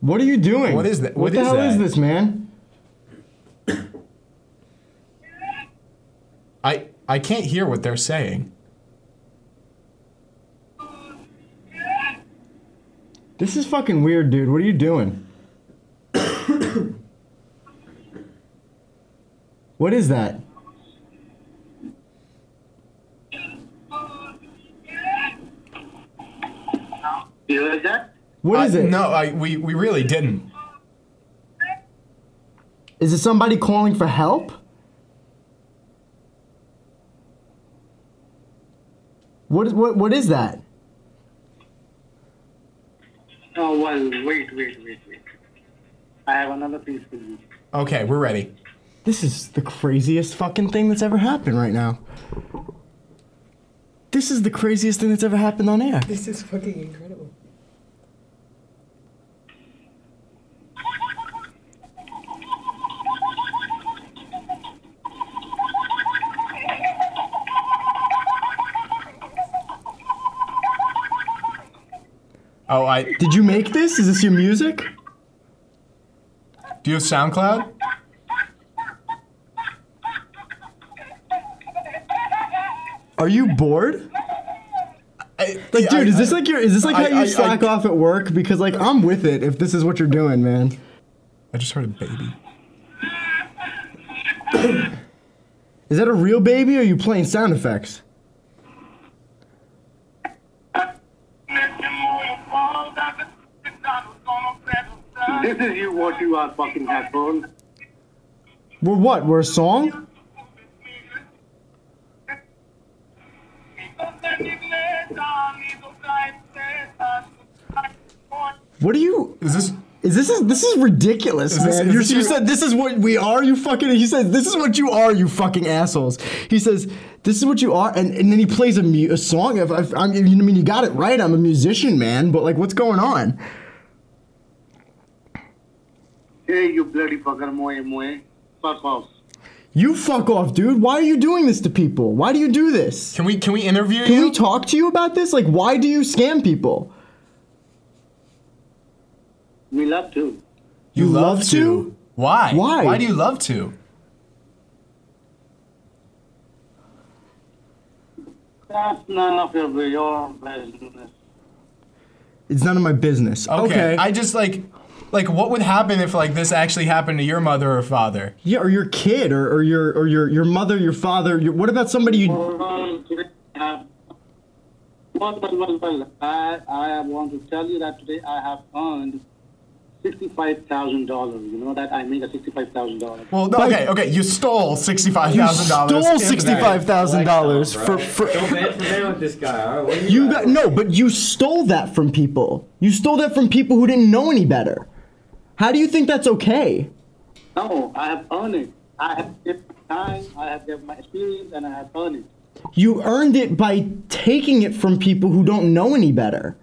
Speaker 1: What are you doing?
Speaker 3: What is that?
Speaker 1: What,
Speaker 3: What
Speaker 1: the
Speaker 3: is
Speaker 1: hell is
Speaker 3: that?
Speaker 1: this, man?
Speaker 3: I I can't hear what they're saying.
Speaker 1: This is fucking weird, dude. What are you doing? <coughs> what is that?
Speaker 11: You heard that?
Speaker 1: What is
Speaker 3: I-
Speaker 1: it?
Speaker 3: No, I we, we really didn't.
Speaker 1: Is it somebody calling for help? What is what what is that?
Speaker 11: Oh, well, wait, wait, wait, wait. I have another piece for you.
Speaker 3: Okay, we're ready.
Speaker 1: This is the craziest fucking thing that's ever happened right now. This is the craziest thing that's ever happened on air.
Speaker 2: This is fucking incredible.
Speaker 3: Oh, I
Speaker 1: Did you make this? Is this your music?
Speaker 3: do you have SoundCloud?
Speaker 1: Are you bored? like, dude,
Speaker 3: I-
Speaker 1: is this
Speaker 3: I-
Speaker 1: like your? Is this like how
Speaker 3: I-
Speaker 1: you
Speaker 3: I- I-
Speaker 1: slack off at work? Because like I'm with it. If this is what you're doing, man.
Speaker 3: I just heard a baby.
Speaker 1: <coughs> Is that a real baby? or Are you playing sound effects?
Speaker 11: This is you what you are fucking headphone.
Speaker 1: We're what? We're a song? What are you?
Speaker 3: Is this?
Speaker 1: Is this is this is ridiculous,
Speaker 3: Is this-
Speaker 1: man?
Speaker 3: is
Speaker 1: you,
Speaker 3: this
Speaker 1: you
Speaker 3: your-
Speaker 1: said this is what we are. You fucking. He says this is what you are. You fucking assholes. He says this is what you are, and, and then he plays a, mu- a song. Of, of, I'm, you know, I mean, you got it right. I'm a musician, man. But like, what's going on?
Speaker 11: Hey, you bloody fucker, moe, moe. Fuck off.
Speaker 1: You fuck off, dude. Why are you doing this to people? Why do you do this?
Speaker 3: Can we can we interview
Speaker 1: Can we talk to you about this? Like, why do you scam people?
Speaker 11: We love to.
Speaker 3: You, love, to? Why?
Speaker 1: Why?
Speaker 3: Why do you love to?
Speaker 11: That's none of your, your business.
Speaker 1: It's none of my business. Okay.
Speaker 3: I just like like what would happen if like this actually happened to your mother or father?
Speaker 1: yeah, or your kid, or, or your or your your mother, your father. Your, what about somebody you?
Speaker 11: Well, well, well, well. I, I want to tell you that today I have earned sixty-five thousand dollars. You know that I made a sixty-five thousand dollars.
Speaker 3: Well, no, okay, okay. You stole sixty-five
Speaker 1: You
Speaker 3: thousand dollars.
Speaker 1: stole sixty-five thousand dollars for for.
Speaker 4: Don't ban for ban with this guy. All right, what are
Speaker 1: You got no, but you stole that from people. You stole that from people who didn't know any better. How do you think that's okay?
Speaker 11: No, I have earned it. I have given my time. I have given my experience, and I have earned it.
Speaker 1: You earned it by taking it from people who don't know any better.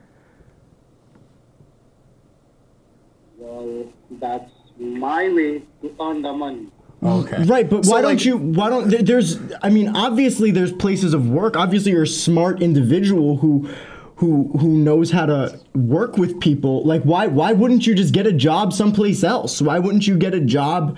Speaker 11: Well, that's my way to earn the money. Oh, Okay.
Speaker 1: Right, but
Speaker 11: So,
Speaker 1: why
Speaker 11: like-
Speaker 1: don't you? Why don't there- there's? I mean, obviously there's places of work. Obviously, you're a smart individual who, who, who knows how to work with people. Like, why? Why wouldn't you just get a job someplace else? Why wouldn't you get a job?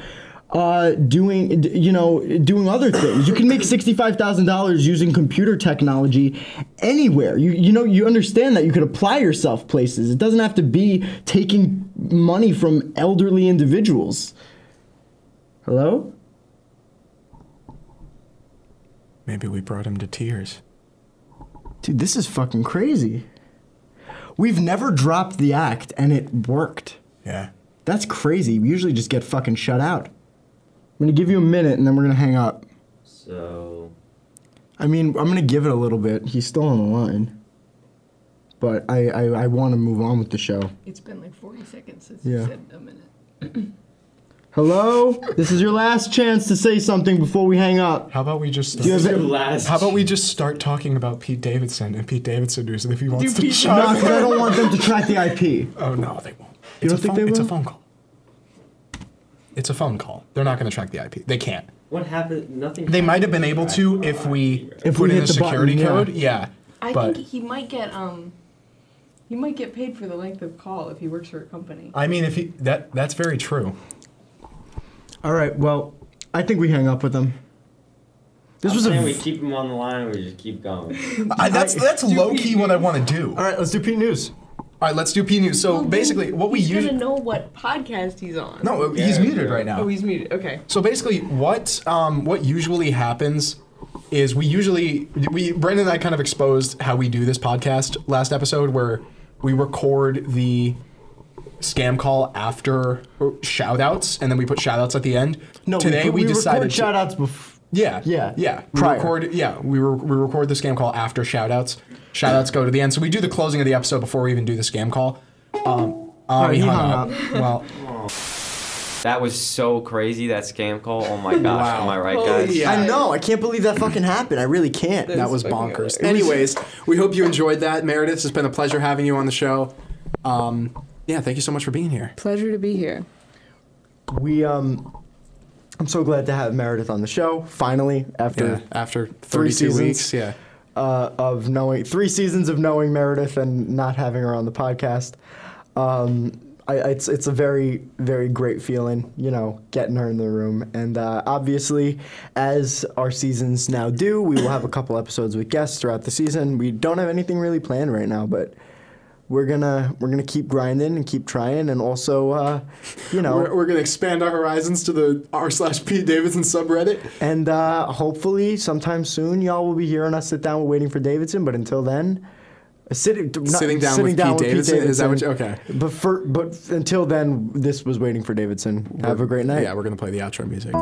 Speaker 1: Uh, doing d- you know doing other things you can make $65000 using computer technology anywhere you you know you understand that you could apply yourself places it doesn't have to be taking money from elderly individuals hello
Speaker 3: Maybe we brought him to tears.
Speaker 1: Dude, this is fucking crazy. We've never dropped the act and it worked.
Speaker 11: Yeah.
Speaker 1: That's crazy. We usually just get fucking shut out. I'm gonna give you a minute and then we're gonna hang up.
Speaker 4: So
Speaker 1: I mean, I'm gonna give it a little bit. He's still on the line. But I, I, I wanna move on with the show.
Speaker 2: It's been like 40 seconds since
Speaker 1: Yeah.
Speaker 2: you said a minute.
Speaker 1: Hello? this is your last chance to say something before we hang up.
Speaker 3: How about we just
Speaker 1: Do you have a-
Speaker 3: How about we just start talking about Pete Davidson and Pete Davidson news and if he wants to
Speaker 1: No,
Speaker 3: chime
Speaker 1: 'cause I don't want them to track the IP.
Speaker 3: Oh no, they won't.
Speaker 1: You don't
Speaker 3: It's a
Speaker 1: think
Speaker 3: phone,
Speaker 1: they
Speaker 3: It's a
Speaker 1: will?
Speaker 3: phone call. It's a phone call. They're not going to track the IP. They can't.
Speaker 4: what happened? Nothing.
Speaker 3: They might have been able to if we
Speaker 1: If we
Speaker 3: put in
Speaker 1: hit
Speaker 3: a
Speaker 1: the button,
Speaker 3: security
Speaker 1: yeah.
Speaker 3: code. Yeah,
Speaker 2: I
Speaker 3: but
Speaker 2: think he might get um, he might get paid for the length of call if he works for a company.
Speaker 3: I mean, if he that that's very true.
Speaker 1: All right, well, I think we hang up with them. This
Speaker 4: I'm
Speaker 1: was a
Speaker 4: saying we
Speaker 1: v-
Speaker 4: keep him on the line and we just keep
Speaker 1: <laughs>
Speaker 4: going.
Speaker 3: I, that's that's low key what I want to do. All
Speaker 1: right, let's do P news.
Speaker 3: All right, let's do P news. So basically, what we
Speaker 2: he's
Speaker 3: use.
Speaker 2: gonna know what podcast he's on.
Speaker 3: No, he's muted right now.
Speaker 2: Oh, he's muted. Okay.
Speaker 3: So basically, what um, what usually happens is we usually we Brandon and I kind of exposed how we do this podcast last episode where we record the scam call after shout outs and then we put shout outs at the end.
Speaker 1: No, we
Speaker 3: today
Speaker 1: put- we
Speaker 3: we,
Speaker 1: record
Speaker 3: decided to-
Speaker 1: shout-outs bef-
Speaker 3: Yeah.
Speaker 1: Yeah.
Speaker 3: Yeah.
Speaker 1: Prior.
Speaker 3: We record yeah, we, re- we record the scam call after shout outs. Shout outs go to the end. So we do the closing of the episode before we even do the scam call. Um, uh,
Speaker 1: Oh,
Speaker 3: we
Speaker 1: he
Speaker 3: hung,
Speaker 1: hung
Speaker 3: up.
Speaker 1: up.
Speaker 3: well,
Speaker 4: That was so crazy. That scam call. Oh my gosh. Am I right, guys?
Speaker 1: I know. I can't believe that fucking happened. I really can't.
Speaker 3: That was bonkers. Anyways, we hope you enjoyed that, Meredith. It's been a pleasure having you on the show. Um, yeah, thank you so much for being here.
Speaker 13: Pleasure to be here.
Speaker 1: we um, I'm so glad to have Meredith on the show finally after
Speaker 3: Yeah, after
Speaker 1: three
Speaker 3: 32
Speaker 1: seasons.
Speaker 3: weeks, yeah.
Speaker 1: Uh, of knowing three seasons of knowing Meredith and not having her on the podcast. Um, I, it's it's a very very great feeling, you know, getting her in the room. And uh, obviously, as our seasons now do, we will have a couple episodes with guests throughout the season. We don't have anything really planned right now, but we're gonna we're gonna keep grinding and keep trying, and also, uh, you know,
Speaker 3: We're, we're going to expand our horizons to the r slash Pete Davidson subreddit.
Speaker 1: and uh, hopefully, sometime soon, y'all will be hearing us sit down with Waiting for Davidson. But until then, uh, sitting not,
Speaker 3: Sitting down with Pete Davidson? Is that what you- okay.
Speaker 1: But for but until then, this was Waiting for Davidson. Have a great night.
Speaker 3: Yeah, we're going to play the outro music.